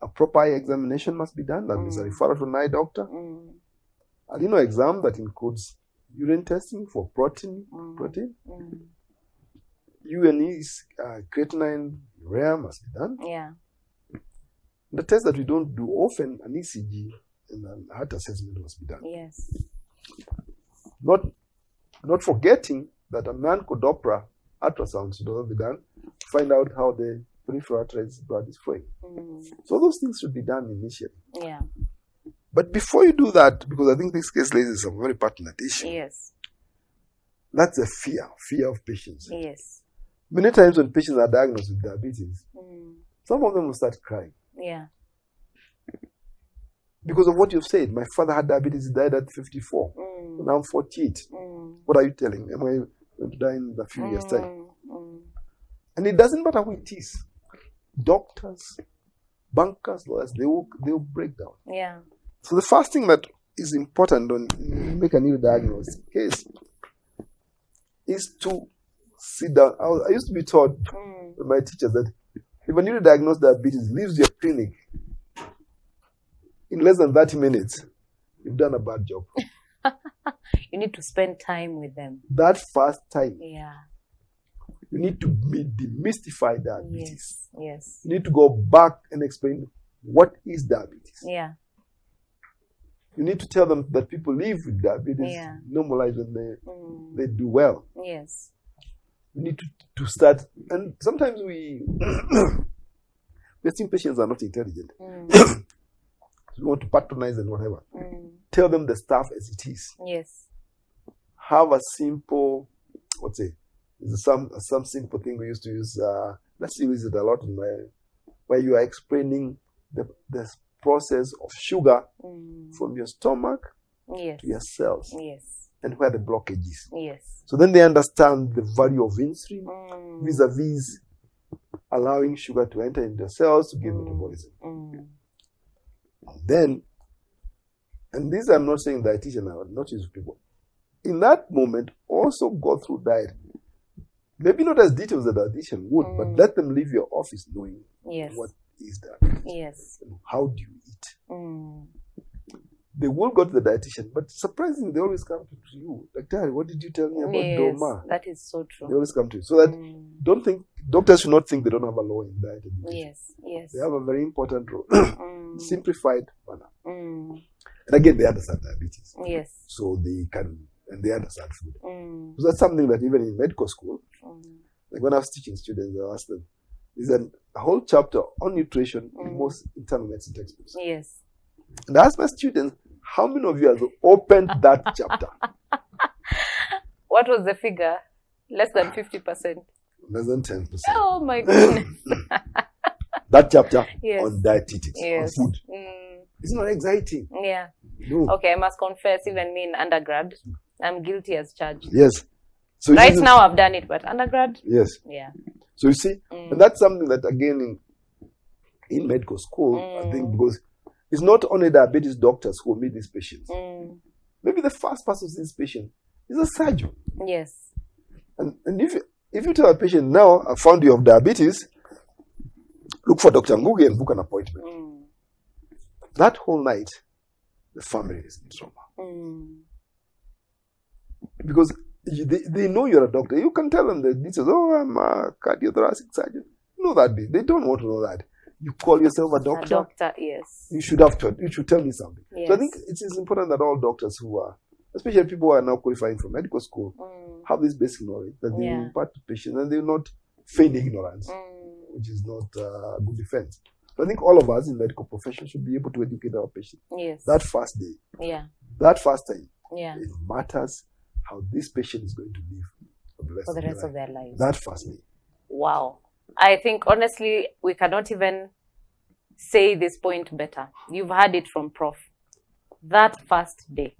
Speaker 3: a proper eye examination must be done. That means a
Speaker 2: Mm.
Speaker 3: referral to an eye doctor.
Speaker 2: Mm.
Speaker 3: And you know, exam that includes urine testing for protein,
Speaker 2: Mm.
Speaker 3: protein,
Speaker 2: Mm.
Speaker 3: UNE's uh, creatinine, urea must be done.
Speaker 2: Yeah.
Speaker 3: The test that we don't do often, an ECG and an heart assessment must be done.
Speaker 2: Yes.
Speaker 3: Not, not forgetting that a non-codopra ultrasound should also be done to find out how the peripheral arteries blood is flowing.
Speaker 2: Mm.
Speaker 3: So those things should be done initially.
Speaker 2: Yeah.
Speaker 3: But before you do that, because I think this case raises a very pertinent issue,
Speaker 2: Yes.
Speaker 3: that's a fear, fear of patients.
Speaker 2: Yes.
Speaker 3: Many times when patients are diagnosed with diabetes,
Speaker 2: Mm.
Speaker 3: some of them will start crying
Speaker 2: Yeah.
Speaker 3: because of what you've said. My father had diabetes, he died at 54.
Speaker 2: Mm.
Speaker 3: Now I'm 48.
Speaker 2: Mm.
Speaker 3: What are you telling me? Am I going to die in a few years' time?
Speaker 2: Mm. Mm.
Speaker 3: And it doesn't matter who it is. Doctors, bankers, lawyers, they will, they will break down.
Speaker 2: Yeah.
Speaker 3: So the first thing that is important when you make a new diagnosis case is to sit down. I, was- I used to be taught
Speaker 2: Mm.
Speaker 3: by my teachers that if a newly diagnosed diabetes leaves your clinic in less than 30 minutes, you've done a bad job.
Speaker 2: You need to spend time with them.
Speaker 3: That first time,
Speaker 2: Yeah.
Speaker 3: you need to be- demystify diabetes.
Speaker 2: Yes. Yes.
Speaker 3: You need to go back and explain what is diabetes.
Speaker 2: Yeah.
Speaker 3: You need to tell them that people live with diabetes,
Speaker 2: Yeah.
Speaker 3: normalize when they,
Speaker 2: Mm.
Speaker 3: they do well.
Speaker 2: Yes.
Speaker 3: We need to, to start, and sometimes we, [coughs] we think patients are not intelligent.
Speaker 2: Mm.
Speaker 3: We want to patronize and whatever.
Speaker 2: Mm.
Speaker 3: Tell them the stuff as it is.
Speaker 2: Yes.
Speaker 3: Have a simple, what's it? There's some some simple thing we used to use. Uh, let's use it a lot in my, where you are explaining the the process of sugar
Speaker 2: Mm.
Speaker 3: from your stomach
Speaker 2: Yes.
Speaker 3: to your cells
Speaker 2: Yes.
Speaker 3: and where the blockage is.
Speaker 2: Yes.
Speaker 3: So then they understand the value of insulin
Speaker 2: Mm.
Speaker 3: vis-a-vis allowing sugar to enter into your cells to give
Speaker 2: Mm.
Speaker 3: metabolism.
Speaker 2: Mm.
Speaker 3: Then, and this I'm not saying dietitian, I would not use people. In that moment, also go through diet. Maybe not as detailed as a dietitian would,
Speaker 2: Mm.
Speaker 3: but let them leave your office knowing
Speaker 2: Yes.
Speaker 3: what is that.
Speaker 2: Yes.
Speaker 3: How do you eat?
Speaker 2: Mm.
Speaker 3: They will go to the dietitian, but surprisingly, they always come to you. Doctor, what did you tell me about
Speaker 2: Yes.
Speaker 3: Doma?
Speaker 2: That is so
Speaker 3: They
Speaker 2: true.
Speaker 3: always come to you. So that
Speaker 2: Mm.
Speaker 3: don't think doctors should not think they don't have a law in diet education.
Speaker 2: Yes. Yes.
Speaker 3: They have a very important role, [clears throat]
Speaker 2: Mm.
Speaker 3: simplified manner.
Speaker 2: Mm.
Speaker 3: And again, they understand diabetes,
Speaker 2: Yes.
Speaker 3: so they can and they understand food.
Speaker 2: Mm.
Speaker 3: So that's something that even in medical school,
Speaker 2: Mm.
Speaker 3: like when I was teaching students, I asked them, "Is an- a whole chapter on nutrition in
Speaker 2: Mm.
Speaker 3: most internal medicine textbooks?"
Speaker 2: Yes.
Speaker 3: And I asked my students, "How many of you have opened that [laughs] chapter?"
Speaker 2: What was the figure? Less than 50%.
Speaker 3: Less than ten percent.
Speaker 2: Oh my goodness.
Speaker 3: [coughs] That chapter
Speaker 2: Yes.
Speaker 3: on dietetics,
Speaker 2: Yes. Oh.
Speaker 3: on food.
Speaker 2: Mm,
Speaker 3: It's not exciting.
Speaker 2: yeah.
Speaker 3: No.
Speaker 2: Okay, I must confess, even me in undergrad, I'm guilty as charged.
Speaker 3: Yes. So it
Speaker 2: Right
Speaker 3: isn't-
Speaker 2: now I've done it, but undergrad,
Speaker 3: Yes.
Speaker 2: yeah.
Speaker 3: So you see,
Speaker 2: Mm,
Speaker 3: And that's something that again in in medical school,
Speaker 2: Mm.
Speaker 3: I think, because it's not only diabetes doctors who meet these patients.
Speaker 2: Mm.
Speaker 3: Maybe the first person who sees patient is a surgeon.
Speaker 2: Yes.
Speaker 3: And, and if, you- if you tell a patient, now I found you have diabetes, look for Dr. Ngugi and book an appointment.
Speaker 2: Mm.
Speaker 3: That whole night, the family is in trauma.
Speaker 2: Mm.
Speaker 3: Because you- they, they know you're a doctor. You can tell them the details. Oh, I'm a cardiothoracic surgeon. No, that bit. They don't want to know that. You call yourself a
Speaker 2: A
Speaker 3: doctor.
Speaker 2: doctor, yes.
Speaker 3: you should have to, you should tell me something. So I
Speaker 2: Yes.
Speaker 3: think it is important that all doctors who are, especially people who are now qualifying from medical school,
Speaker 2: Mm.
Speaker 3: have this basic knowledge that they will
Speaker 2: Yeah.
Speaker 3: impart to patients and they will not feign ignorance.
Speaker 2: Mm.
Speaker 3: which is not uh, good defense. So I think all of us in medical profession should be able to educate our patients.
Speaker 2: Yes.
Speaker 3: That first day,
Speaker 2: yeah.
Speaker 3: that first time,
Speaker 2: Yeah.
Speaker 3: it matters how this patient is going to live for the rest,
Speaker 2: For the
Speaker 3: of,
Speaker 2: rest
Speaker 3: their
Speaker 2: of their lives.
Speaker 3: life. That first day.
Speaker 2: Wow. I think honestly, we cannot even say this point better. You've heard it from Prof. That first day,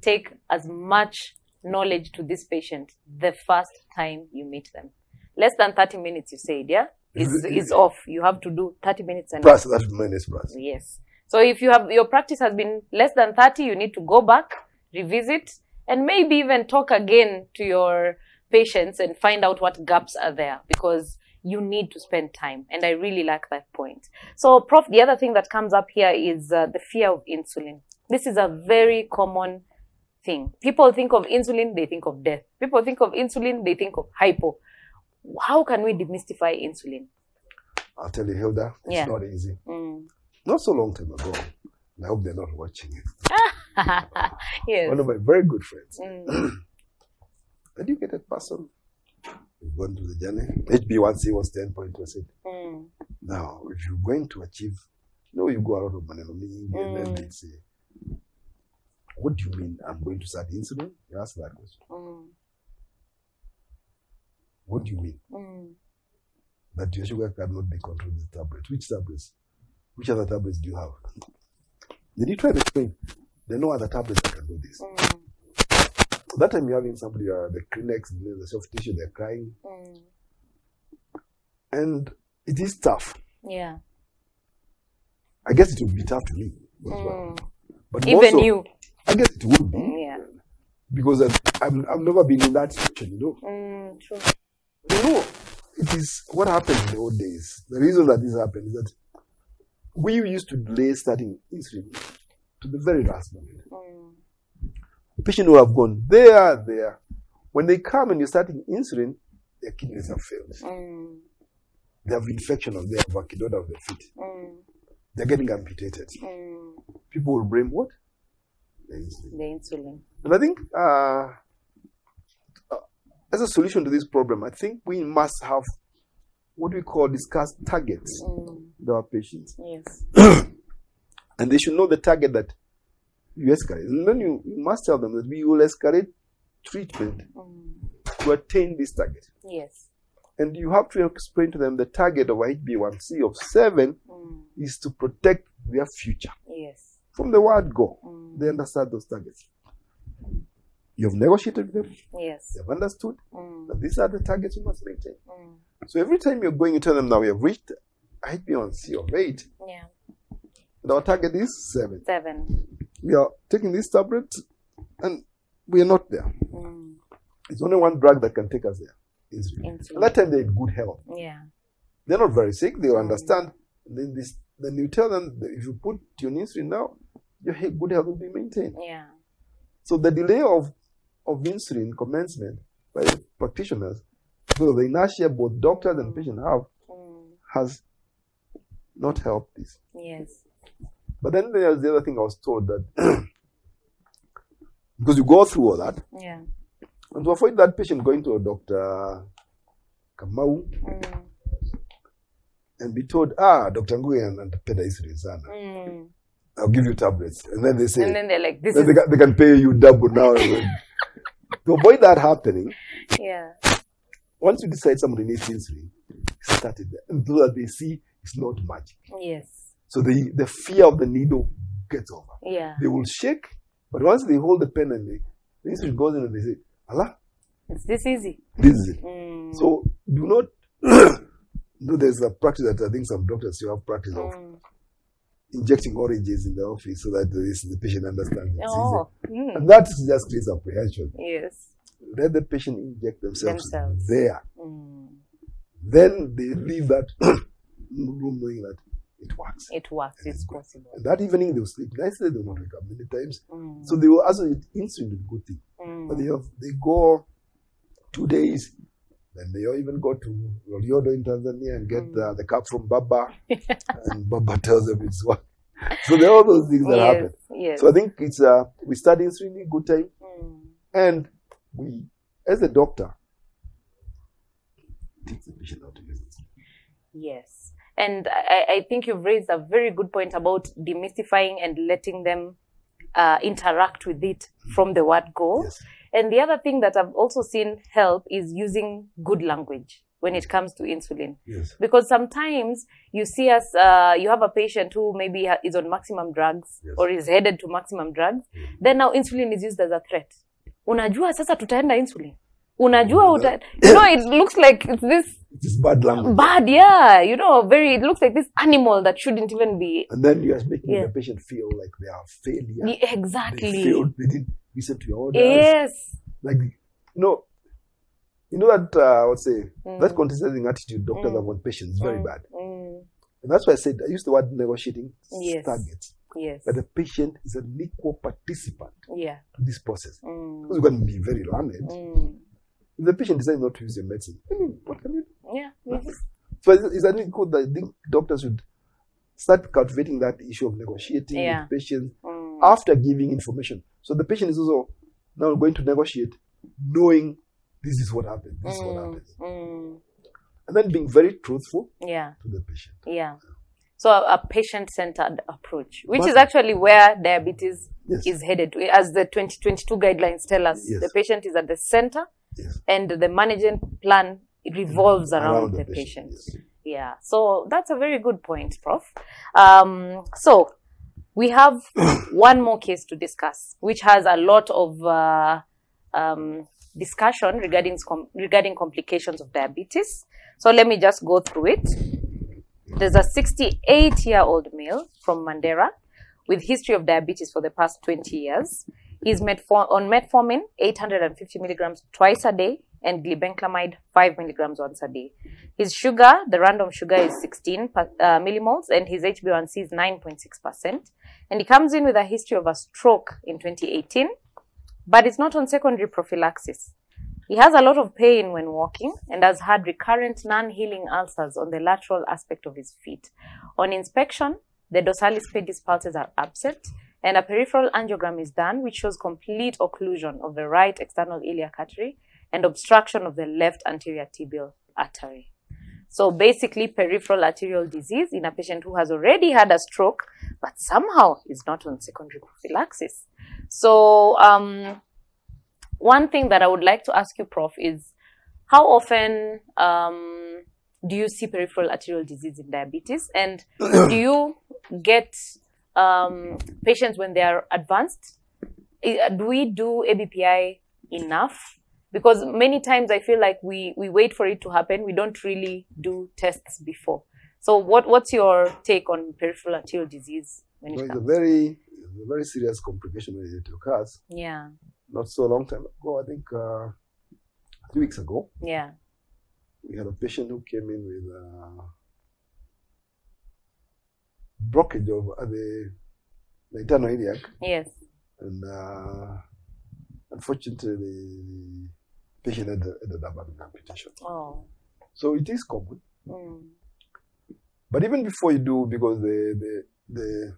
Speaker 2: take as much knowledge to this patient the first time you meet them. Less than 30 minutes, you said, yeah? It's, it's off. You have to do 30 minutes and
Speaker 3: Plus, that minus plus.
Speaker 2: Yes. So if you have your practice has been less than 30, you need to go back, revisit, and maybe even talk again to your patients and find out what gaps are there because you need to spend time. And I really like that point. So, Prof, the other thing that comes up here is uh, the fear of insulin. This is a very common thing. People think of insulin, they think of death. People think of insulin, they think of hypo. How can we demystify insulin?
Speaker 3: I'll tell you, Hilda, it's
Speaker 2: Yeah.
Speaker 3: not easy.
Speaker 2: Mm. [laughs]
Speaker 3: Not so long time ago, and I hope they're not watching it.
Speaker 2: yes.
Speaker 3: One of my very good friends,
Speaker 2: Mm.
Speaker 3: educated person, we've gone through the journey. HB1C was 10.2. I said,
Speaker 2: Mm.
Speaker 3: Now, if you're going to achieve, no, you go a lot of money mingi, and then
Speaker 2: Mm.
Speaker 3: they say, What do you mean I'm going to start insulin? You ask that question.
Speaker 2: Mm.
Speaker 3: What do you mean?
Speaker 2: Mm.
Speaker 3: That your sugar cannot be controlled with tablets. Which tablets? Which other tablets do you have? Did you try to explain? There are no other tablets that can do this.
Speaker 2: Mm.
Speaker 3: That time you're having somebody, uh, the Kleenex, the the soft tissue, they're crying.
Speaker 2: Mm.
Speaker 3: And it is tough.
Speaker 2: Yeah.
Speaker 3: I guess it would be tough to me. as well.
Speaker 2: Mm.
Speaker 3: But more
Speaker 2: Even
Speaker 3: so,
Speaker 2: you.
Speaker 3: I guess it would be
Speaker 2: Yeah.
Speaker 3: because I've, I've, I've never been in that situation, you know.
Speaker 2: Mm. True.
Speaker 3: you know, it is what happened in the old days. The reason that this happened is that we used to delay starting insulin to the very last moment.
Speaker 2: Mm.
Speaker 3: The patient will have gone there, there. When they come and you're starting insulin, their kidneys have failed.
Speaker 2: Mm.
Speaker 3: They have infection of their vacillota of their feet.
Speaker 2: Mm.
Speaker 3: They're getting amputated.
Speaker 2: Mm.
Speaker 3: People will blame what? The insulin.
Speaker 2: The insulin.
Speaker 3: And I think uh, uh, as a solution to this problem, I think we must have what we call discuss targets
Speaker 2: Mm.
Speaker 3: with our patients.
Speaker 2: Yes.
Speaker 3: and they should know the target that you escalate. And then you, you must tell them that we will escalate treatment
Speaker 2: Mm.
Speaker 3: to attain this target.
Speaker 2: Yes.
Speaker 3: And you have to explain to them the target of HB1C of 7
Speaker 2: Mm.
Speaker 3: is to protect their future.
Speaker 2: Yes.
Speaker 3: From the word go,
Speaker 2: Mm.
Speaker 3: they understand those targets. You have negotiated with them,
Speaker 2: Yes.
Speaker 3: they have understood
Speaker 2: Mm.
Speaker 3: that these are the targets you must maintain.
Speaker 2: Mm.
Speaker 3: So every time you're going, you tell them now we have reached HB1C of 8,
Speaker 2: Yeah.
Speaker 3: and our target is 7.
Speaker 2: Seven.
Speaker 3: we are taking this tablet and we are not there.
Speaker 2: Mm.
Speaker 3: It's only one drug that can take us there. Insulin. At that
Speaker 2: Insulin.
Speaker 3: time they're in good health.
Speaker 2: Yeah.
Speaker 3: They're not very sick. They will
Speaker 2: Mm.
Speaker 3: understand. Then this, then you tell them that if you put your insulin now, your he- good health will be maintained.
Speaker 2: Yeah.
Speaker 3: So the delay of of insulin commencement by practitioners, because of the inertia both doctors and
Speaker 2: Mm.
Speaker 3: patients have,
Speaker 2: Mm.
Speaker 3: has not helped this.
Speaker 2: Yes.
Speaker 3: But then there's the other thing I was told that [clears throat] because you go through all that,
Speaker 2: Yeah.
Speaker 3: And to avoid that patient going to a doctor Kamau
Speaker 2: Mm.
Speaker 3: and be told, ah, Dr. Ngui and Peda insulin sana.
Speaker 2: Mm.
Speaker 3: I'll give you tablets. And then they say,
Speaker 2: And then they're like, this
Speaker 3: then
Speaker 2: is
Speaker 3: they, can, they can pay you double now. to avoid that happening,
Speaker 2: yeah.
Speaker 3: once you decide somebody needs insulin, start it there. And so that they see it's not magic.
Speaker 2: Yes.
Speaker 3: So the, the fear of the needle gets over.
Speaker 2: Yeah.
Speaker 3: They will shake, but once they hold the pen and they, the insulin goes in and they say, Allah,
Speaker 2: It's this easy.
Speaker 3: this is it. [clears throat]
Speaker 2: Mm.
Speaker 3: So do not No, there's a practice that I think some doctors still have practice of
Speaker 2: Mm.
Speaker 3: injecting oranges in the office so that this, the patient understands it's
Speaker 2: Oh,
Speaker 3: easy.
Speaker 2: mm.
Speaker 3: And that just creates apprehension.
Speaker 2: yes.
Speaker 3: Let the patient inject themselves,
Speaker 2: Themselves.
Speaker 3: there.
Speaker 2: Mm.
Speaker 3: Then they leave that [clears throat] room knowing that it works.
Speaker 2: It works.
Speaker 3: And
Speaker 2: It's
Speaker 3: it's good.
Speaker 2: possible.
Speaker 3: And that evening they'll sleep nicely, they will not wake up many times.
Speaker 2: Mm.
Speaker 3: So they will also eat insulin is a good thing.
Speaker 2: Mm.
Speaker 3: But they have they go two days, then they even go to Loliodo in Tanzania
Speaker 2: Mm.
Speaker 3: and get uh, the cup
Speaker 2: [laughs]
Speaker 3: from Baba, and Baba tells them it's what. So there are all those things that
Speaker 2: yes.
Speaker 3: happen.
Speaker 2: Yes.
Speaker 3: So I think it's uh, we start insulin in good time,
Speaker 2: Mm.
Speaker 3: and we, as a doctor, takes the patient out of it.
Speaker 2: Yes. And I, I think you've raised a very good point about demystifying and letting them uh, interact with it from the word go.
Speaker 3: Yes.
Speaker 2: And the other thing that I've also seen help is using good language when it comes to insulin.
Speaker 3: Yes.
Speaker 2: Because sometimes you see us, uh, you have a patient who maybe ha- is on maximum drugs
Speaker 3: Yes.
Speaker 2: or is headed to maximum drugs. Then now insulin is used as a threat. Unajua sasa tutaenda insulin. Unajua
Speaker 3: Mm,
Speaker 2: uta... You know, it looks like it's this
Speaker 3: It is bad language.
Speaker 2: bad yeah you know very it looks like this animal that shouldn't even be
Speaker 3: And then you are making
Speaker 2: Yeah.
Speaker 3: the patient feel like they are a failure.
Speaker 2: Ye-
Speaker 3: They
Speaker 2: exactly
Speaker 3: failed. They didn't listen to your orders.
Speaker 2: yes
Speaker 3: like you know you know that uh, I would say that
Speaker 2: Mm.
Speaker 3: condescending attitude doctors
Speaker 2: Mm.
Speaker 3: have on patients is very
Speaker 2: Mm,
Speaker 3: bad,
Speaker 2: mm,
Speaker 3: and that's why I said I used the word negotiating
Speaker 2: Yes.
Speaker 3: targets.
Speaker 2: yes
Speaker 3: That the patient is an equal participant
Speaker 2: yeah
Speaker 3: to this process.
Speaker 2: mm,
Speaker 3: Because you can be very learned.
Speaker 2: mm,
Speaker 3: If the patient decides not to use your medicine, I mean, what can you do?
Speaker 2: yeah yes.
Speaker 3: So it's, it's an equal that I think doctors should start cultivating that issue of negotiating
Speaker 2: Yeah.
Speaker 3: with patients
Speaker 2: Mm,
Speaker 3: after giving information. So the patient is also now going to negotiate, knowing this is what happened, this is what
Speaker 2: mm,
Speaker 3: happened.
Speaker 2: mm,
Speaker 3: and then being very truthful
Speaker 2: yeah
Speaker 3: to the patient.
Speaker 2: yeah so a, a patient-centered approach which
Speaker 3: But-
Speaker 2: is actually where diabetes
Speaker 3: Yes.
Speaker 2: is headed to. as the 2022 guidelines tell us
Speaker 3: Yes.
Speaker 2: the patient is at the center
Speaker 3: Yes.
Speaker 2: and the management plan it revolves Mm-hmm. around,
Speaker 3: Around
Speaker 2: the,
Speaker 3: the
Speaker 2: patient,
Speaker 3: patient,
Speaker 2: yeah so that's a very good point prof um, so we [coughs] have one more case to discuss which has a lot of uh, um, discussion regarding com- regarding complications of diabetes so let me just go through it there's a 68 year old male from mandera with history of diabetes for the past 20 years He's metfor- on metformin, 850 milligrams twice a day, and glibenclamide, 5 milligrams once a day. His sugar, the random sugar is 16 per, uh, millimoles, and his HbA1c is 9.6%. And he comes in with a history of a stroke in 2018, but it's not on secondary prophylaxis. He has a lot of pain when walking and has had recurrent non healing ulcers on the lateral aspect of his feet. On inspection, the dorsalis pedis pulses are absent and a peripheral angiogram is done, which shows complete occlusion of the right external iliac artery and obstruction of the left anterior tibial artery. So basically, peripheral arterial disease in a patient who has already had a stroke, but somehow is not on secondary prophylaxis. So, um, one thing that I would like to ask you, Prof, is how often um, do you see peripheral arterial disease in diabetes?
Speaker 3: [clears throat]
Speaker 2: And do you get um, patients when they are advanced? I- Do we do ABPI enough? Because many times I feel like we, we wait for it to happen. We don't really do tests before. So what, what's your take on peripheral arterial disease when
Speaker 3: So
Speaker 2: it
Speaker 3: it's a
Speaker 2: comes?
Speaker 3: very, it's a very serious complication when it occurs.
Speaker 2: Yeah,
Speaker 3: Not so long time ago, I think uh, two weeks ago,
Speaker 2: yeah.
Speaker 3: we had a patient who came in with uh, blockage of uh, the, the internal iliac,
Speaker 2: Yes.
Speaker 3: and uh, unfortunately, the patient had ended up having amputation.
Speaker 2: Oh.
Speaker 3: So it is common.
Speaker 2: Mm.
Speaker 3: But even before you do, because the the the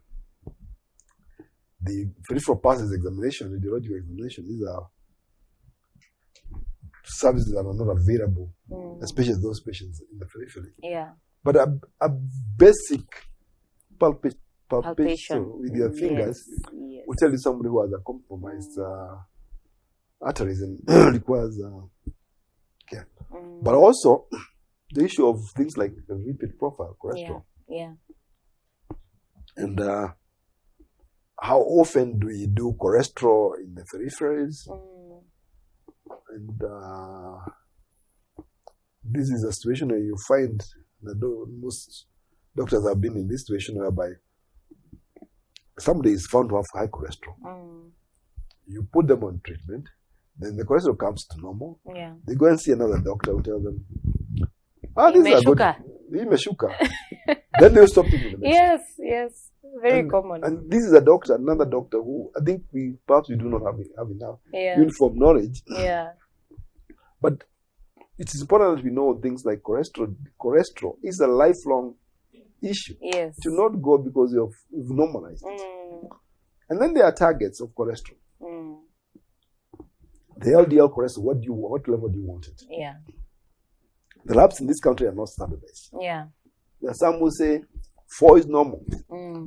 Speaker 3: the peripheral passes examination, radiological examination, these are services that are not available,
Speaker 2: Mm.
Speaker 3: especially those patients in the periphery.
Speaker 2: Yeah.
Speaker 3: But a, a basic palpa-
Speaker 2: Palpation.
Speaker 3: palpation
Speaker 2: Mm,
Speaker 3: with your fingers
Speaker 2: Yes.
Speaker 3: will tell you somebody who has a compromised uh, arteries and [clears throat] requires. Uh,
Speaker 2: Mm.
Speaker 3: but also [clears throat] the issue of things like the lipid profile, cholesterol.
Speaker 2: yeah. Yeah.
Speaker 3: And uh, how often do you do cholesterol in the peripheries?
Speaker 2: Mm.
Speaker 3: And uh, this is a situation where you find The do- most doctors have been in this situation whereby somebody is found to have high cholesterol.
Speaker 2: Mm,
Speaker 3: You put them on treatment, then the cholesterol comes to normal.
Speaker 2: yeah.
Speaker 3: They go and see another doctor who tells them, Ah, these are good.
Speaker 2: Imeshuka.
Speaker 3: Imeshuka. [laughs] then they'll stop taking the medicine.
Speaker 2: Yes, yes. Very
Speaker 3: And-
Speaker 2: common.
Speaker 3: And this is a doctor, another doctor who I think we perhaps we do not have, have enough
Speaker 2: yeah.
Speaker 3: uniform knowledge.
Speaker 2: Yeah.
Speaker 3: But it is important that we know things like cholesterol. Cholesterol is a lifelong issue.
Speaker 2: Yes.
Speaker 3: To not go because you've, you've normalized it.
Speaker 2: Mm,
Speaker 3: And then there are targets of cholesterol.
Speaker 2: mm,
Speaker 3: The LDL cholesterol, what do you want? What level do you want it?
Speaker 2: yeah.
Speaker 3: The labs in this country are not standardized.
Speaker 2: Yeah.
Speaker 3: There are some who say four is normal.
Speaker 2: Mm,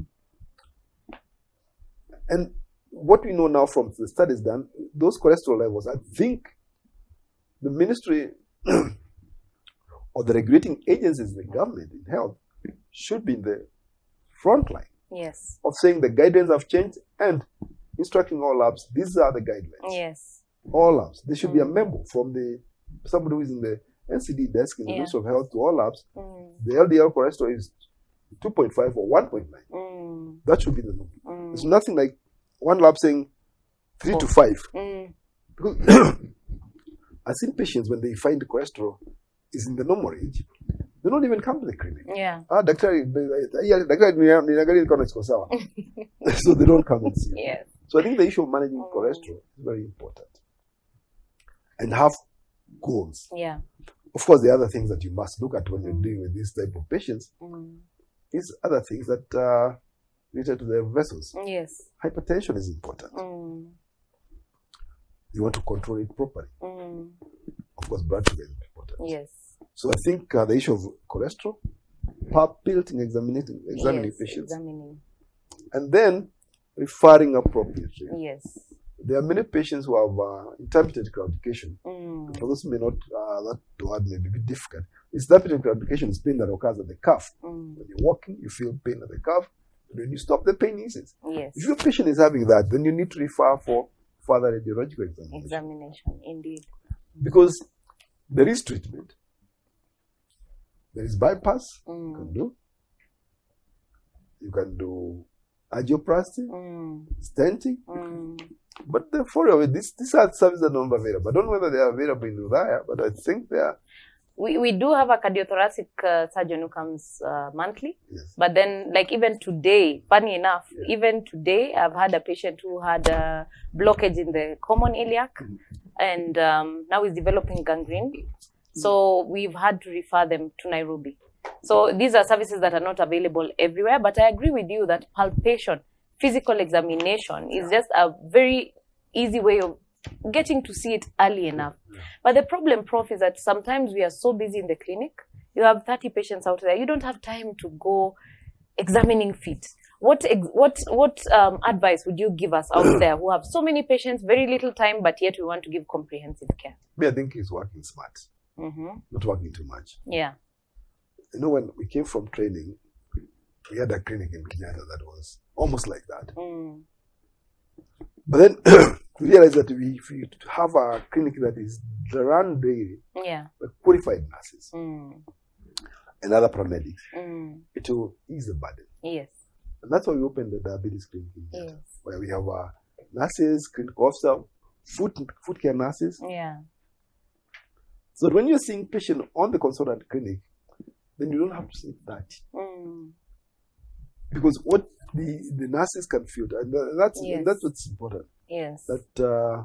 Speaker 3: And what we know now from the studies done, those cholesterol levels, I think the ministry [clears throat] or the regulating agencies, the government in health, should be in the front line
Speaker 2: yes.
Speaker 3: of saying the guidelines have changed and instructing all labs, these are the guidelines.
Speaker 2: Yes.
Speaker 3: All labs. There should be a
Speaker 2: Mm.
Speaker 3: memo from the somebody who is in the NCD desk in the
Speaker 2: Yeah.
Speaker 3: Ministry of Health to all labs.
Speaker 2: Mm,
Speaker 3: The LDL cholesterol is 2.5 or 1.9.
Speaker 2: mm,
Speaker 3: That should be the norm. It's
Speaker 2: mm,
Speaker 3: nothing like one lab saying three to
Speaker 2: Four.
Speaker 3: five.
Speaker 2: mm,
Speaker 3: Because I've seen patients when they find cholesterol is in the normal range, they don't even come to the clinic.
Speaker 2: yeah.
Speaker 3: Ah, daktari, yeah, daktari, nina- ninaangalia niko na siko sawa. [laughs] so they don't come and see. you.
Speaker 2: Yes.
Speaker 3: So I think the issue of managing
Speaker 2: Mm.
Speaker 3: cholesterol is very important. And have goals.
Speaker 2: Yeah.
Speaker 3: Of course, the other things that you must look at when you're
Speaker 2: Mm.
Speaker 3: dealing with this type of patients
Speaker 2: Mm,
Speaker 3: is other things that uh, related to their vessels.
Speaker 2: yes.
Speaker 3: Hypertension is important.
Speaker 2: Mm,
Speaker 3: You want to control it properly.
Speaker 2: mm,
Speaker 3: Of course, blood sugar is important.
Speaker 2: yes.
Speaker 3: So I think uh, the issue of cholesterol, pap pilting, examining, examining
Speaker 2: yes.
Speaker 3: patients,
Speaker 2: Examining.
Speaker 3: and then referring appropriately.
Speaker 2: Yes.
Speaker 3: There are many patients who have uh, intermittent claudication.
Speaker 2: Mm,
Speaker 3: For those who may not, uh, that word may be a bit difficult. Intermittent claudication is pain that occurs at the calf.
Speaker 2: mm,
Speaker 3: When you're walking, you feel pain at the calf. And when you stop, the pain eases.
Speaker 2: yes.
Speaker 3: If your patient is having that, then you need to refer for further radiological examination.
Speaker 2: Examination. Indeed.
Speaker 3: Because there is treatment. There is bypass. You
Speaker 2: Mm,
Speaker 3: can do. You can do angioplasty,
Speaker 2: mm,
Speaker 3: stenting,
Speaker 2: mm,
Speaker 3: but the four of it, these, these are services that are not available. I don't know whether they are available in Udaya, but I think they are.
Speaker 2: we, we do have a cardiothoracic uh, surgeon who comes uh, monthly.
Speaker 3: Yes.
Speaker 2: But then, like even today, funny enough,
Speaker 3: Yeah.
Speaker 2: even today, I've had a patient who had a blockage in the common iliac,
Speaker 3: Mhm.
Speaker 2: and um, now is developing gangrene. So we've had to refer them to Nairobi. So these are services that are not available everywhere. But I agree with you that palpation, physical examination, is just a very easy way of getting to see it early enough. But the problem, Prof, is that sometimes we are so busy in the clinic. You have 30 patients out there. You don't have time to go examining feet. What ex- what what um, advice would you give us out there who have so many patients, very little time, but yet we want to give comprehensive care?
Speaker 3: Me, I think he's working smart,
Speaker 2: Mm-hmm.
Speaker 3: not working too much.
Speaker 2: Yeah.
Speaker 3: You know, when we came from training, we had a clinic in Kenyatta that was almost like that.
Speaker 2: Mm.
Speaker 3: But then [clears throat] we realized that we, if we have a clinic that is run daily
Speaker 2: Yeah.
Speaker 3: by qualified nurses
Speaker 2: Mm.
Speaker 3: and other paramedics,
Speaker 2: Mm.
Speaker 3: it will ease the burden.
Speaker 2: Yes.
Speaker 3: And that's why we opened the diabetes clinic in Kenyatta.
Speaker 2: Yes.
Speaker 3: where we have uh, nurses, clinical officer, food, food care nurses.
Speaker 2: Yeah.
Speaker 3: So that when you're seeing patient on the consultant clinic, then you don't have to say that.
Speaker 2: Mm.
Speaker 3: Because what the, the nurses can feel, and tha- that's, and
Speaker 2: Yes.
Speaker 3: that's what's important,
Speaker 2: Yes.
Speaker 3: that uh,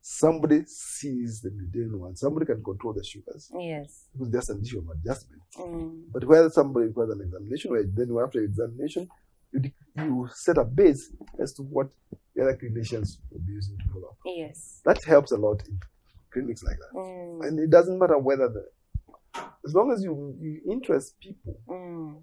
Speaker 3: somebody sees the mundane one, somebody can control the sugars.
Speaker 2: Yes.
Speaker 3: Because there's an issue of adjustment.
Speaker 2: Mm.
Speaker 3: But where somebody requires an examination, where then after examination, you, de- you set a base as to what the other clinicians will be using to follow up.
Speaker 2: Yes.
Speaker 3: That helps a lot in clinics like that.
Speaker 2: Mm.
Speaker 3: And it doesn't matter whether the, as long as you, you interest people
Speaker 2: Mm.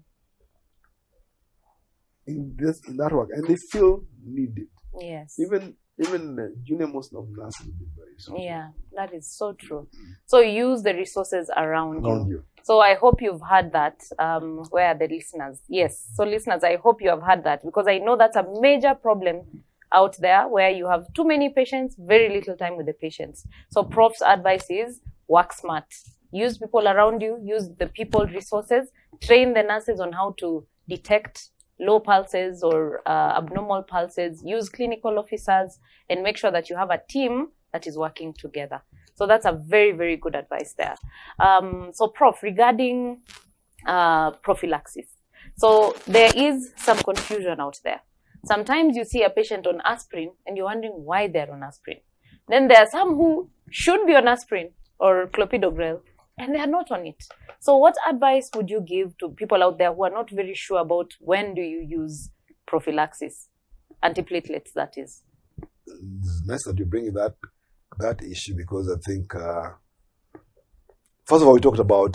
Speaker 3: in this in that work and they feel needed.
Speaker 2: Yes.
Speaker 3: Even even the junior most of nurses will be very soon
Speaker 2: Yeah, that is so true. So use the resources around you.
Speaker 3: around you.
Speaker 2: So I hope you've had that. Um, where are the listeners? Yes. So listeners, I hope you have had that because I know that's a major problem out there where you have too many patients, very little time with the patients. So prof's advice is work smart. use people around you, use the people resources, train the nurses on how to detect low pulses or uh, abnormal pulses, use clinical officers, and make sure that you have a team that is working together. So that's a very, very good advice there. Um, so, Prof, regarding uh, prophylaxis, so there is some confusion out there. Sometimes you see a patient on aspirin and you're wondering why they're on aspirin. Then there are some who should be on aspirin or clopidogrel and they are not on it. So, what advice would you give to people out there who are not very sure about when do you use prophylaxis, antiplatelets? That is.
Speaker 3: It's nice that you bring that that issue because I think uh, first of all we talked about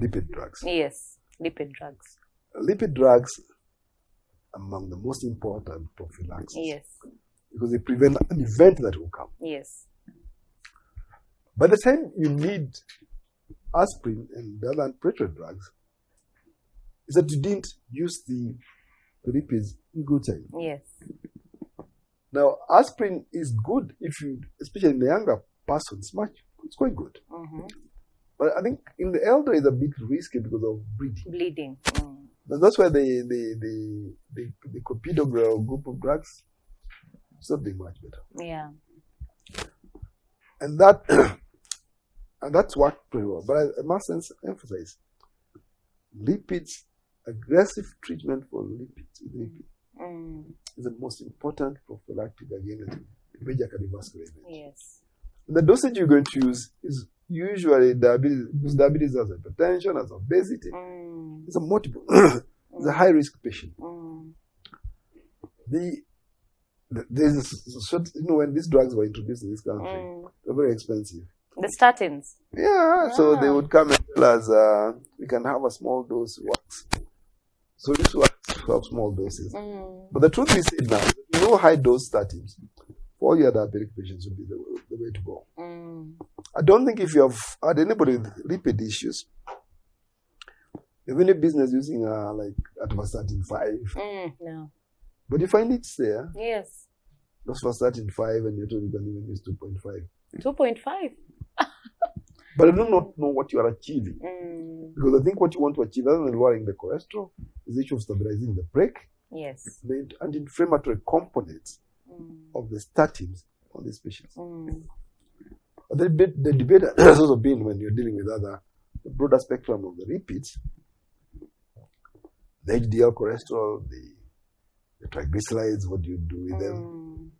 Speaker 3: lipid drugs.
Speaker 2: Yes, lipid drugs.
Speaker 3: Lipid drugs among the most important prophylaxis
Speaker 2: Yes,
Speaker 3: because they prevent an event that will come.
Speaker 2: yes,
Speaker 3: By the time you need aspirin and the other antiplatelet drugs, is that you didn't use the, the lipids in good time.
Speaker 2: yes,
Speaker 3: Now, aspirin is good if you, especially in the younger persons, much it's quite good.
Speaker 2: hmm
Speaker 3: But I think in the elder is a bit risky because of bleeding.
Speaker 2: bleeding. Mm.
Speaker 3: Tha- That's why the the the the, the clopidogrel group of drugs is not doing much better,
Speaker 2: Yeah,
Speaker 3: and that [clears throat] and that's worked pretty well. But I, I must ens- emphasize lipids. Aggressive treatment for lipids lipid
Speaker 2: mm.
Speaker 3: is the most important prophylactic against major cardiovascular events.
Speaker 2: yes,
Speaker 3: the dosage you're going to use is usually diabetes because diabetes has hypertension, has obesity.
Speaker 2: mm.
Speaker 3: It's a multiple, [clears throat] it's a high risk patient.
Speaker 2: Mm.
Speaker 3: The, the there's a s- s- sort- you know when these drugs were introduced in this country,
Speaker 2: Mm.
Speaker 3: they're very expensive.
Speaker 2: The statins.
Speaker 3: Yeah, so they
Speaker 2: Yeah.
Speaker 3: would come and tell us uh, we can have a small dose works. So this works to have small doses.
Speaker 2: Mm.
Speaker 3: But the truth is now, no high dose statins for all your diabetic patients would be the, the way to go.
Speaker 2: Mm.
Speaker 3: I don't think if you have had anybody with lipid issues, you have any business using uh, like atorvastatin 5.
Speaker 2: Mm. No.
Speaker 3: But you find it's there,
Speaker 2: Yes.
Speaker 3: atorvastatin 5, and you told you can even use 2.5.
Speaker 2: Two point five.
Speaker 3: But I do not know what you are achieving.
Speaker 2: Mm.
Speaker 3: Because I think what you want to achieve, other than lowering the cholesterol, is the issue of stabilizing the brake
Speaker 2: Yes.
Speaker 3: the anti-inflammatory components
Speaker 2: Mm.
Speaker 3: of the statins on these patients.
Speaker 2: Mm.
Speaker 3: But the debate, the debate [coughs] has also been when you're dealing with other the broader spectrum of the repeats, the HDL cholesterol, the, the triglycerides, what do you do with them?
Speaker 2: Mm.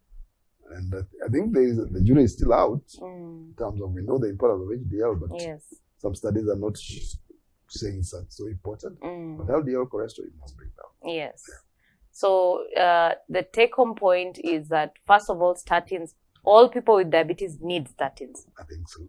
Speaker 3: And that, I think there is, the jury is still out
Speaker 2: Mm.
Speaker 3: in terms of we know the importance of HDL, but
Speaker 2: Yes.
Speaker 3: some studies are not sh- saying it's not so important.
Speaker 2: Mm.
Speaker 3: But LDL cholesterol, it must bring down.
Speaker 2: Yes. So uh, the take-home point is that first of all, statins. All people with diabetes need statins.
Speaker 3: I think so.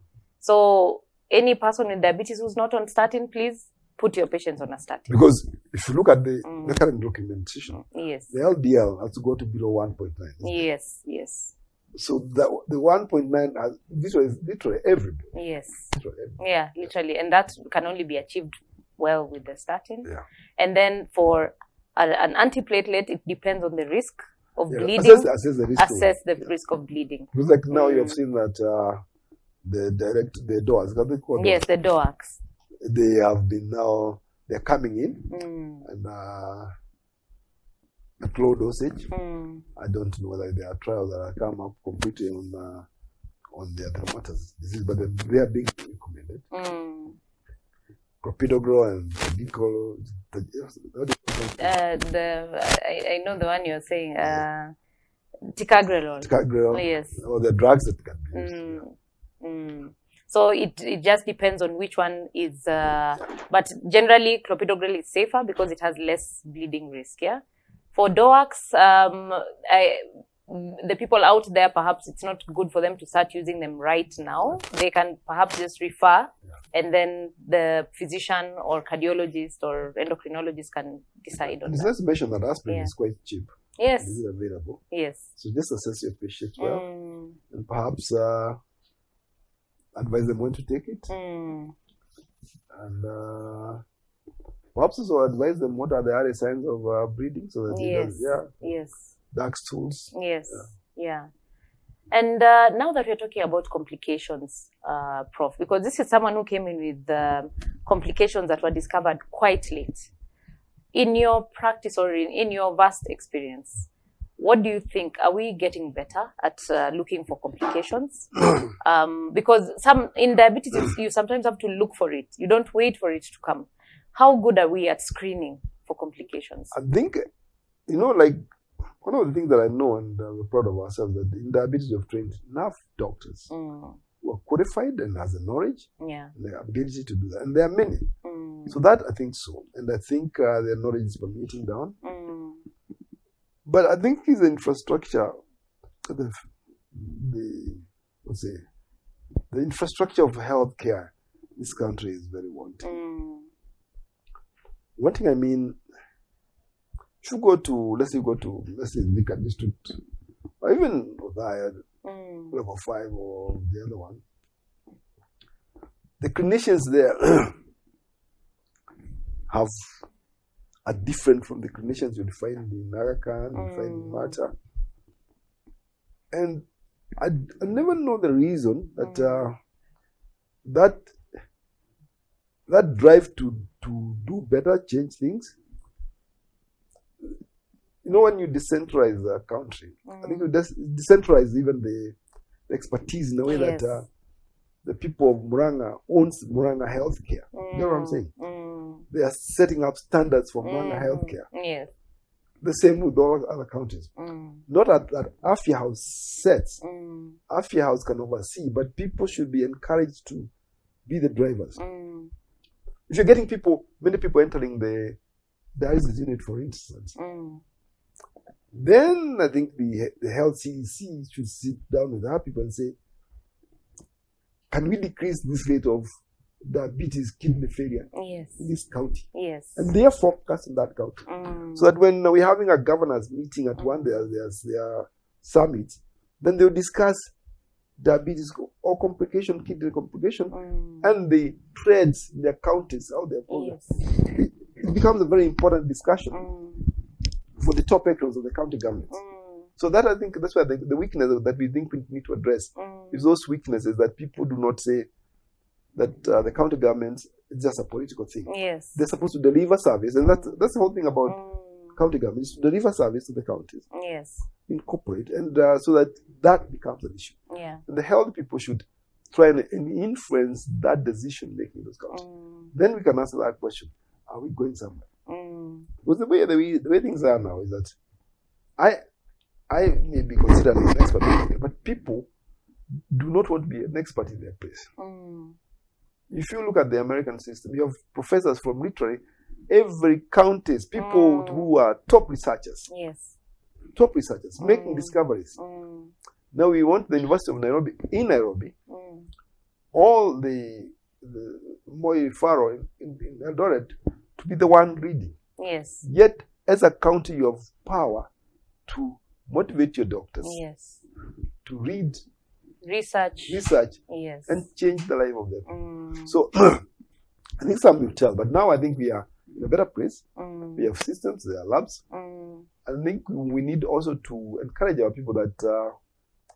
Speaker 2: So any person with diabetes who's not on statin, please put your patients on a statin.
Speaker 3: Because if you look at the,
Speaker 2: Mm.
Speaker 3: the current documentation,
Speaker 2: Yes.
Speaker 3: the LDL has to go to below 1.9.
Speaker 2: Yes. Yes.
Speaker 3: So that, the 1.9, has, this was literally everybody.
Speaker 2: Yes.
Speaker 3: Literally everybody.
Speaker 2: Yeah, literally. And that can only be achieved well with the statin.
Speaker 3: Yeah.
Speaker 2: And then for a, an antiplatelet, it depends on the risk of
Speaker 3: Yeah,
Speaker 2: bleeding.
Speaker 3: Assess, assess the risk. of-
Speaker 2: Assess the risk of bleeding.
Speaker 3: Because like now you
Speaker 2: Mm.
Speaker 3: have seen that uh, the direct the doors, what they call them,
Speaker 2: Yes, the DOACs.
Speaker 3: they have been now they're coming in
Speaker 2: Mm,
Speaker 3: and uh, at low dosage.
Speaker 2: mm,
Speaker 3: I don't know whether there are trials that have come up completely on uh, on their dermatitis disease, but they- they are being recommended.
Speaker 2: mm.
Speaker 3: Clopidogrel and Dicol, the, what do you call them?
Speaker 2: Uh, the I, I know the one you're saying. Uh, ticagrelor.
Speaker 3: Ticagrel,
Speaker 2: Yes.
Speaker 3: or the drugs that can be used.
Speaker 2: Oh, Mm, mm. So it, it just depends on which one is, uh, but generally clopidogrel is safer because it has less bleeding risk. Yeah. For DOACs, um, I, the people out there, perhaps it's not good for them to start using them right now. They can perhaps just refer and then the physician or cardiologist or endocrinologist can decide on
Speaker 3: And it's
Speaker 2: that.
Speaker 3: nice to mention that aspirin
Speaker 2: Yeah.
Speaker 3: is quite cheap. It
Speaker 2: Yes.
Speaker 3: is available.
Speaker 2: Yes.
Speaker 3: So just assess your patient well.
Speaker 2: Mm,
Speaker 3: and perhaps uh, advise them when to take it,
Speaker 2: mm,
Speaker 3: and uh, perhaps also advise them what are the other signs of uh, breeding, so that they
Speaker 2: yes.
Speaker 3: don't, yeah,
Speaker 2: Yes.
Speaker 3: dark stools.
Speaker 2: Yes. Yeah. And uh, now that we're talking about complications, uh, Prof, because this is someone who came in with uh, complications that were discovered quite late. In your practice or in, in your vast experience, what do you think? Are we getting better at uh, looking for
Speaker 3: [coughs]
Speaker 2: complications? um, because some in diabetes, it's- you sometimes have to look for it. You don't wait for it to come. How good are we at screening for complications?
Speaker 3: I think, you know, like one of the things that I know and uh, we're proud of ourselves that in diabetes we've trained enough doctors
Speaker 2: Mm,
Speaker 3: who are qualified and has the knowledge
Speaker 2: yeah.
Speaker 3: and the ability to do that. And there are many.
Speaker 2: Mm,
Speaker 3: So that I think so. And I think uh, their knowledge is permeating down.
Speaker 2: mm,
Speaker 3: But I think it's the infrastructure, the, the let's say, the infrastructure of healthcare in this country is very wanting.
Speaker 2: mm,
Speaker 3: One thing I mean, if you go to, let's say, you go to, let's say, Vika district, or even Othaya,
Speaker 2: mm,
Speaker 3: level five, or the other one, the clinicians there [clears throat] have are different from the clinicians you'd find in Naraka, you find in
Speaker 2: Mm.
Speaker 3: Mata. And I, I never know the reason that
Speaker 2: Mm.
Speaker 3: uh, that that drive to to do better, change things. You know, when you decentralize a country, I think
Speaker 2: mm.
Speaker 3: you des- decentralize even the, the expertise in a way
Speaker 2: Yes.
Speaker 3: that uh, the people of Muranga owns Muranga healthcare. You know what I'm
Speaker 2: Mm,
Speaker 3: saying?
Speaker 2: Mm,
Speaker 3: They are setting up standards for Muranga
Speaker 2: mm,
Speaker 3: healthcare.
Speaker 2: Yes.
Speaker 3: The same with all other counties.
Speaker 2: Mm,
Speaker 3: Not at that Afia House sets.
Speaker 2: mm,
Speaker 3: Afia House can oversee, but people should be encouraged to be the drivers.
Speaker 2: mm,
Speaker 3: If you're getting people, many people entering the dialysis unit, for instance,
Speaker 2: mm,
Speaker 3: then I think the the health CEC should sit down with our people and say, can we decrease this rate of diabetes, kidney failure
Speaker 2: Yes.
Speaker 3: in this county?
Speaker 2: Yes.
Speaker 3: And they are focused on that county.
Speaker 2: Mm,
Speaker 3: So that when we're having a governors meeting at one their, their, their summit, then they'll discuss diabetes or complication, kidney complication,
Speaker 2: mm,
Speaker 3: and the trends in their counties, how they're going.
Speaker 2: yes.
Speaker 3: It becomes a very important discussion
Speaker 2: Mm,
Speaker 3: for the top actors of the county government.
Speaker 2: mm,
Speaker 3: So that I think that's where the, the weakness that we think we need to address
Speaker 2: mm.
Speaker 3: is those weaknesses that people do not say that uh, the county government is just a political thing.
Speaker 2: Yes.
Speaker 3: They're supposed to deliver service, and that's that's the whole thing about
Speaker 2: Mm,
Speaker 3: county government is to deliver service to the counties,
Speaker 2: yes.
Speaker 3: incorporate, and uh, so that that becomes an issue.
Speaker 2: Yeah.
Speaker 3: And the health people should try and, and influence that decision making those counties.
Speaker 2: Mm,
Speaker 3: Then we can answer that question: Are we going somewhere?
Speaker 2: mm,
Speaker 3: Because the way the way, the way things are now is that I I may be considered an expert, but people do not want to be an expert in their place.
Speaker 2: mm,
Speaker 3: If you look at the American system, you have professors from literally every counties, people
Speaker 2: Mm.
Speaker 3: who are top researchers,
Speaker 2: yes.
Speaker 3: top researchers, making
Speaker 2: Mm.
Speaker 3: discoveries.
Speaker 2: Mm,
Speaker 3: Now we want the University of Nairobi in Nairobi,
Speaker 2: mm,
Speaker 3: all the the Moi Faro in, in, in Eldoret to be the one reading.
Speaker 2: yes.
Speaker 3: Yet, as a county, you have power to motivate your doctors
Speaker 2: Yes.
Speaker 3: to read
Speaker 2: Research.
Speaker 3: research
Speaker 2: Yes.
Speaker 3: and change the life of them.
Speaker 2: Mm,
Speaker 3: So, [clears throat] I think some will tell, but now I think we are in a better place. We
Speaker 2: mm,
Speaker 3: have systems, there are labs.
Speaker 2: mm,
Speaker 3: I think we need also to encourage our people that uh,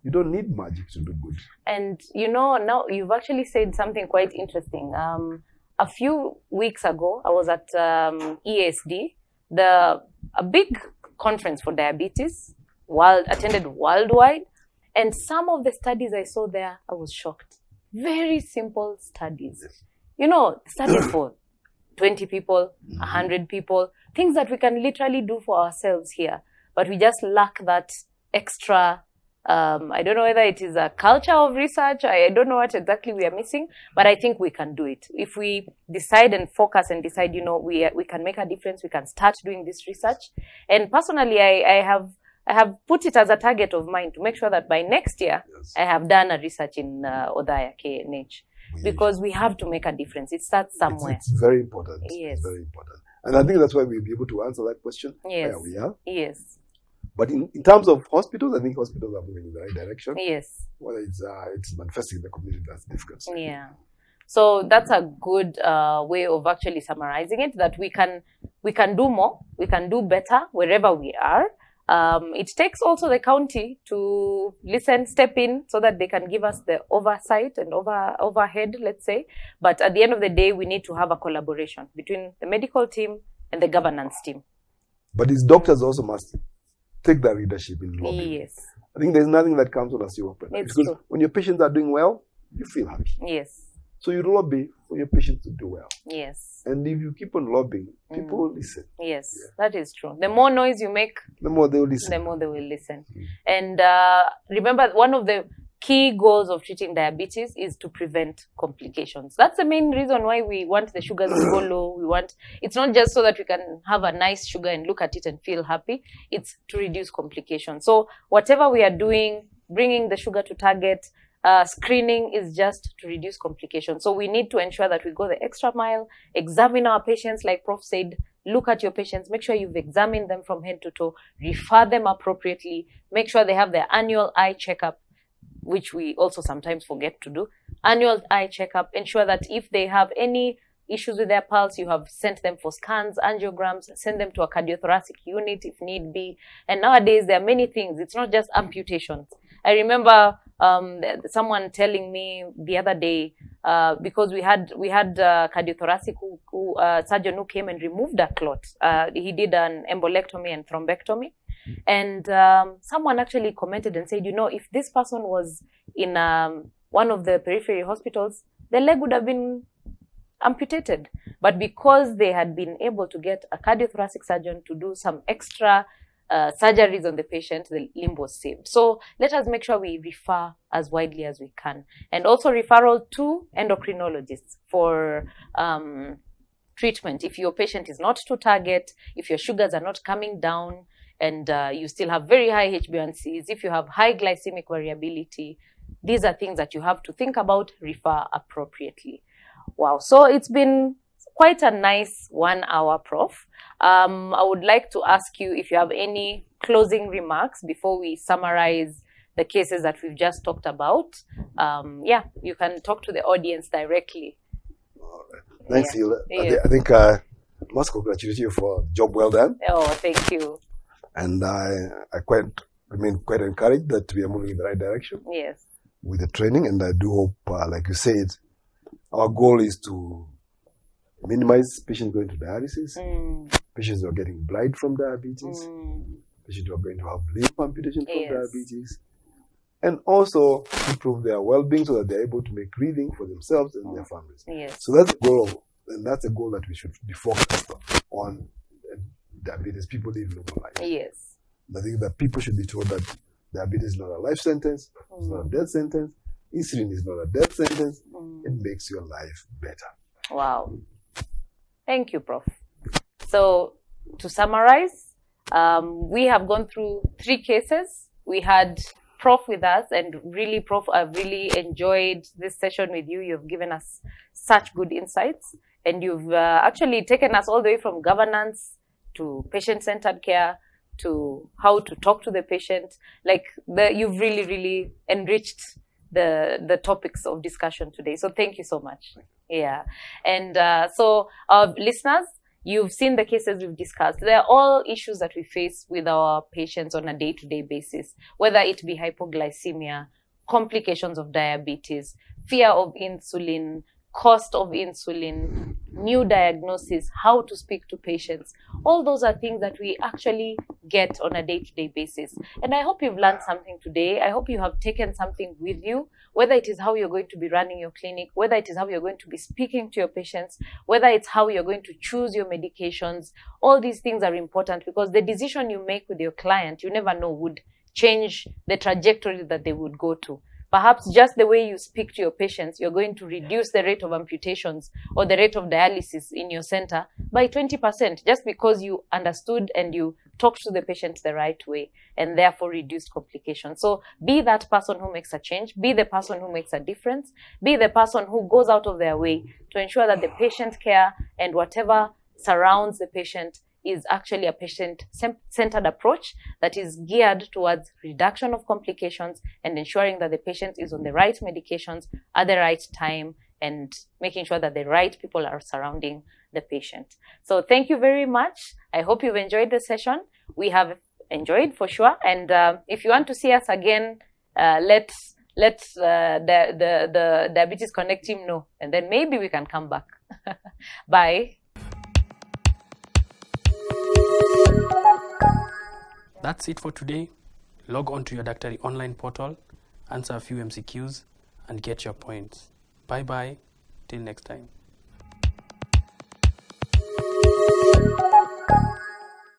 Speaker 3: you don't need magic to do good.
Speaker 2: And you know, now you've actually said something quite interesting. Um, a few weeks ago, I was at um, ESD, the a big conference for diabetes, world attended worldwide, and some of the studies I saw there, I was shocked. Very simple studies, you know, studies for twenty people, hundred people, things that we can literally do for ourselves here, but we just lack that extra um, I don't know whether it is a culture of research. I, I don't know what exactly we are missing, but I think we can do it if we decide and focus and decide. You know, we we can make a difference. We can start doing this research. And personally, I, I have I have put it as a target of mine to make sure that by next year
Speaker 3: Yes.
Speaker 2: I have done a research in uh, Odaya KNH because we have to make a difference. It starts
Speaker 3: it's,
Speaker 2: somewhere.
Speaker 3: it's very important.
Speaker 2: Yes.
Speaker 3: It's very important. And I think that's why we'll be able to answer that question
Speaker 2: Yes.
Speaker 3: where we are.
Speaker 2: Yes.
Speaker 3: But in, in terms of hospitals, I think hospitals are moving in the right direction.
Speaker 2: Yes.
Speaker 3: whether it's uh, it's manifesting in the community that's difficult.
Speaker 2: Yeah. So that's a good uh, way of actually summarizing it. That we can we can do more, we can do better wherever we are. Um, it takes also the county to listen, step in, so that they can give us the oversight and over overhead, let's say. But at the end of the day, we need to have a collaboration between the medical team and the governance team.
Speaker 3: But these doctors also must take that leadership in lobbying.
Speaker 2: Yes,
Speaker 3: I think there's nothing that comes with a CEO
Speaker 2: It's
Speaker 3: because
Speaker 2: true.
Speaker 3: when your patients are doing well, you feel happy.
Speaker 2: yes,
Speaker 3: So you lobby for your patients to do well.
Speaker 2: yes,
Speaker 3: And if you keep on lobbying,
Speaker 2: Mm.
Speaker 3: people will listen.
Speaker 2: yes. That is true. The more noise you make,
Speaker 3: The more they will listen.
Speaker 2: the more they will listen. And uh, remember, one of the key goals of treating diabetes is to prevent complications. That's the main reason why we want the sugars to go low. We want it's not just so that we can have a nice sugar and look at it and feel happy. It's to reduce complications. So whatever we are doing, bringing the sugar to target. Uh, screening is just to reduce complications. So we need to ensure that we go the extra mile, examine our patients, like Prof said, look at your patients, make sure you've examined them from head to toe, refer them appropriately, make sure they have their annual eye checkup, which we also sometimes forget to do. Annual eye checkup, ensure that if they have any issues with their pulse, you have sent them for scans, angiograms, send them to a cardiothoracic unit if need be. And nowadays, there are many things, it's not just amputations. I remember um, th- someone telling me the other day uh, because we had we had uh, cardiothoracic who, who, uh, surgeon who came and removed a clot. Uh, he did an embolectomy and thrombectomy, and um, someone actually commented and said, you know, if this person was in um, one of the periphery hospitals, the leg would have been amputated. But because they had been able to get a cardiothoracic surgeon to do some extra uh, surgeries on the patient, the limb was saved. So let us make sure we refer as widely as we can. And also referral to endocrinologists for um, treatment. If your patient is not to target, if your sugars are not coming down, and uh, you still have very high HbA1cs, if you have high glycemic variability, these are things that you have to think about, refer appropriately. Wow. So it's been quite a nice one hour, Prof. Um, I would like to ask you if you have any closing remarks before we summarize the cases that we've just talked about. Um, yeah, you can talk to the audience directly.
Speaker 3: Thanks,
Speaker 2: Yeah.
Speaker 3: Hila. I,
Speaker 2: Yeah.
Speaker 3: thi- I think uh, I must congratulate you for a job well done.
Speaker 2: Oh, thank you.
Speaker 3: And I, I quite remain quite encouraged that we are moving in the right direction
Speaker 2: Yes.
Speaker 3: with the training. And I do hope, uh, like you said, our goal is to minimize patients going to dialysis,
Speaker 2: Mm,
Speaker 3: patients who are getting blind from diabetes,
Speaker 2: mm,
Speaker 3: patients who are going to have limb amputation from
Speaker 2: Yes.
Speaker 3: diabetes, and also improve their well-being so that they're able to make living for themselves and
Speaker 2: Mm.
Speaker 3: their families.
Speaker 2: yes.
Speaker 3: So that's a goal, and that's a goal that we should be focused on. And Diabetes, people live normal life.
Speaker 2: Yes.
Speaker 3: I think that people should be told that diabetes is not a life sentence, it's not a death sentence, insulin is not a death sentence,
Speaker 2: Mm.
Speaker 3: it makes your life better.
Speaker 2: Wow. Thank you, Prof. So, to summarize, um, we have gone through three cases. We had Prof with us, and really, Prof, I've really enjoyed this session with you. You've given us such good insights, and you've uh, actually taken us all the way from governance to patient centered care to how to talk to the patient. Like, the, you've really, really enriched the, the topics of discussion today. So, thank you so much. Yeah. And uh, so, our listeners, you've seen the cases we've discussed. They're all issues that we face with our patients on a day to day basis, whether it be hypoglycemia, complications of diabetes, fear of insulin, cost of insulin, new diagnosis, how to speak to patients. All those are things that we actually get on a day to day basis. And I hope you've learned something today. I hope you have taken something with you, whether it is how you're going to be running your clinic, whether it is how you're going to be speaking to your patients, whether it's how you're going to choose your medications. All these things are important because the decision you make with your client, you never know, would change the trajectory that they would go to. Perhaps just the way you speak to your patients, you're going to reduce the rate of amputations or the rate of dialysis in your center by 20% just because you understood and you talked to the patient the right way and therefore reduced complications. So be that person who makes a change, be the person who makes a difference, be the person who goes out of their way to ensure that the patient care and whatever surrounds the patient is actually a patient cen- centered approach that is geared towards reduction of complications and ensuring that the patient is on the right medications at the right time and making sure that the right people are surrounding the patient. So, thank you very much. I hope you've enjoyed the session. We have enjoyed for sure. And uh, if you want to see us again, uh, let let uh, the, the the diabetes connect team know, and then maybe we can come back. [laughs] Bye.
Speaker 1: That's it for today. Log on to your Dactari online portal, answer a few MCQs, and get your points. Bye bye. Till next time.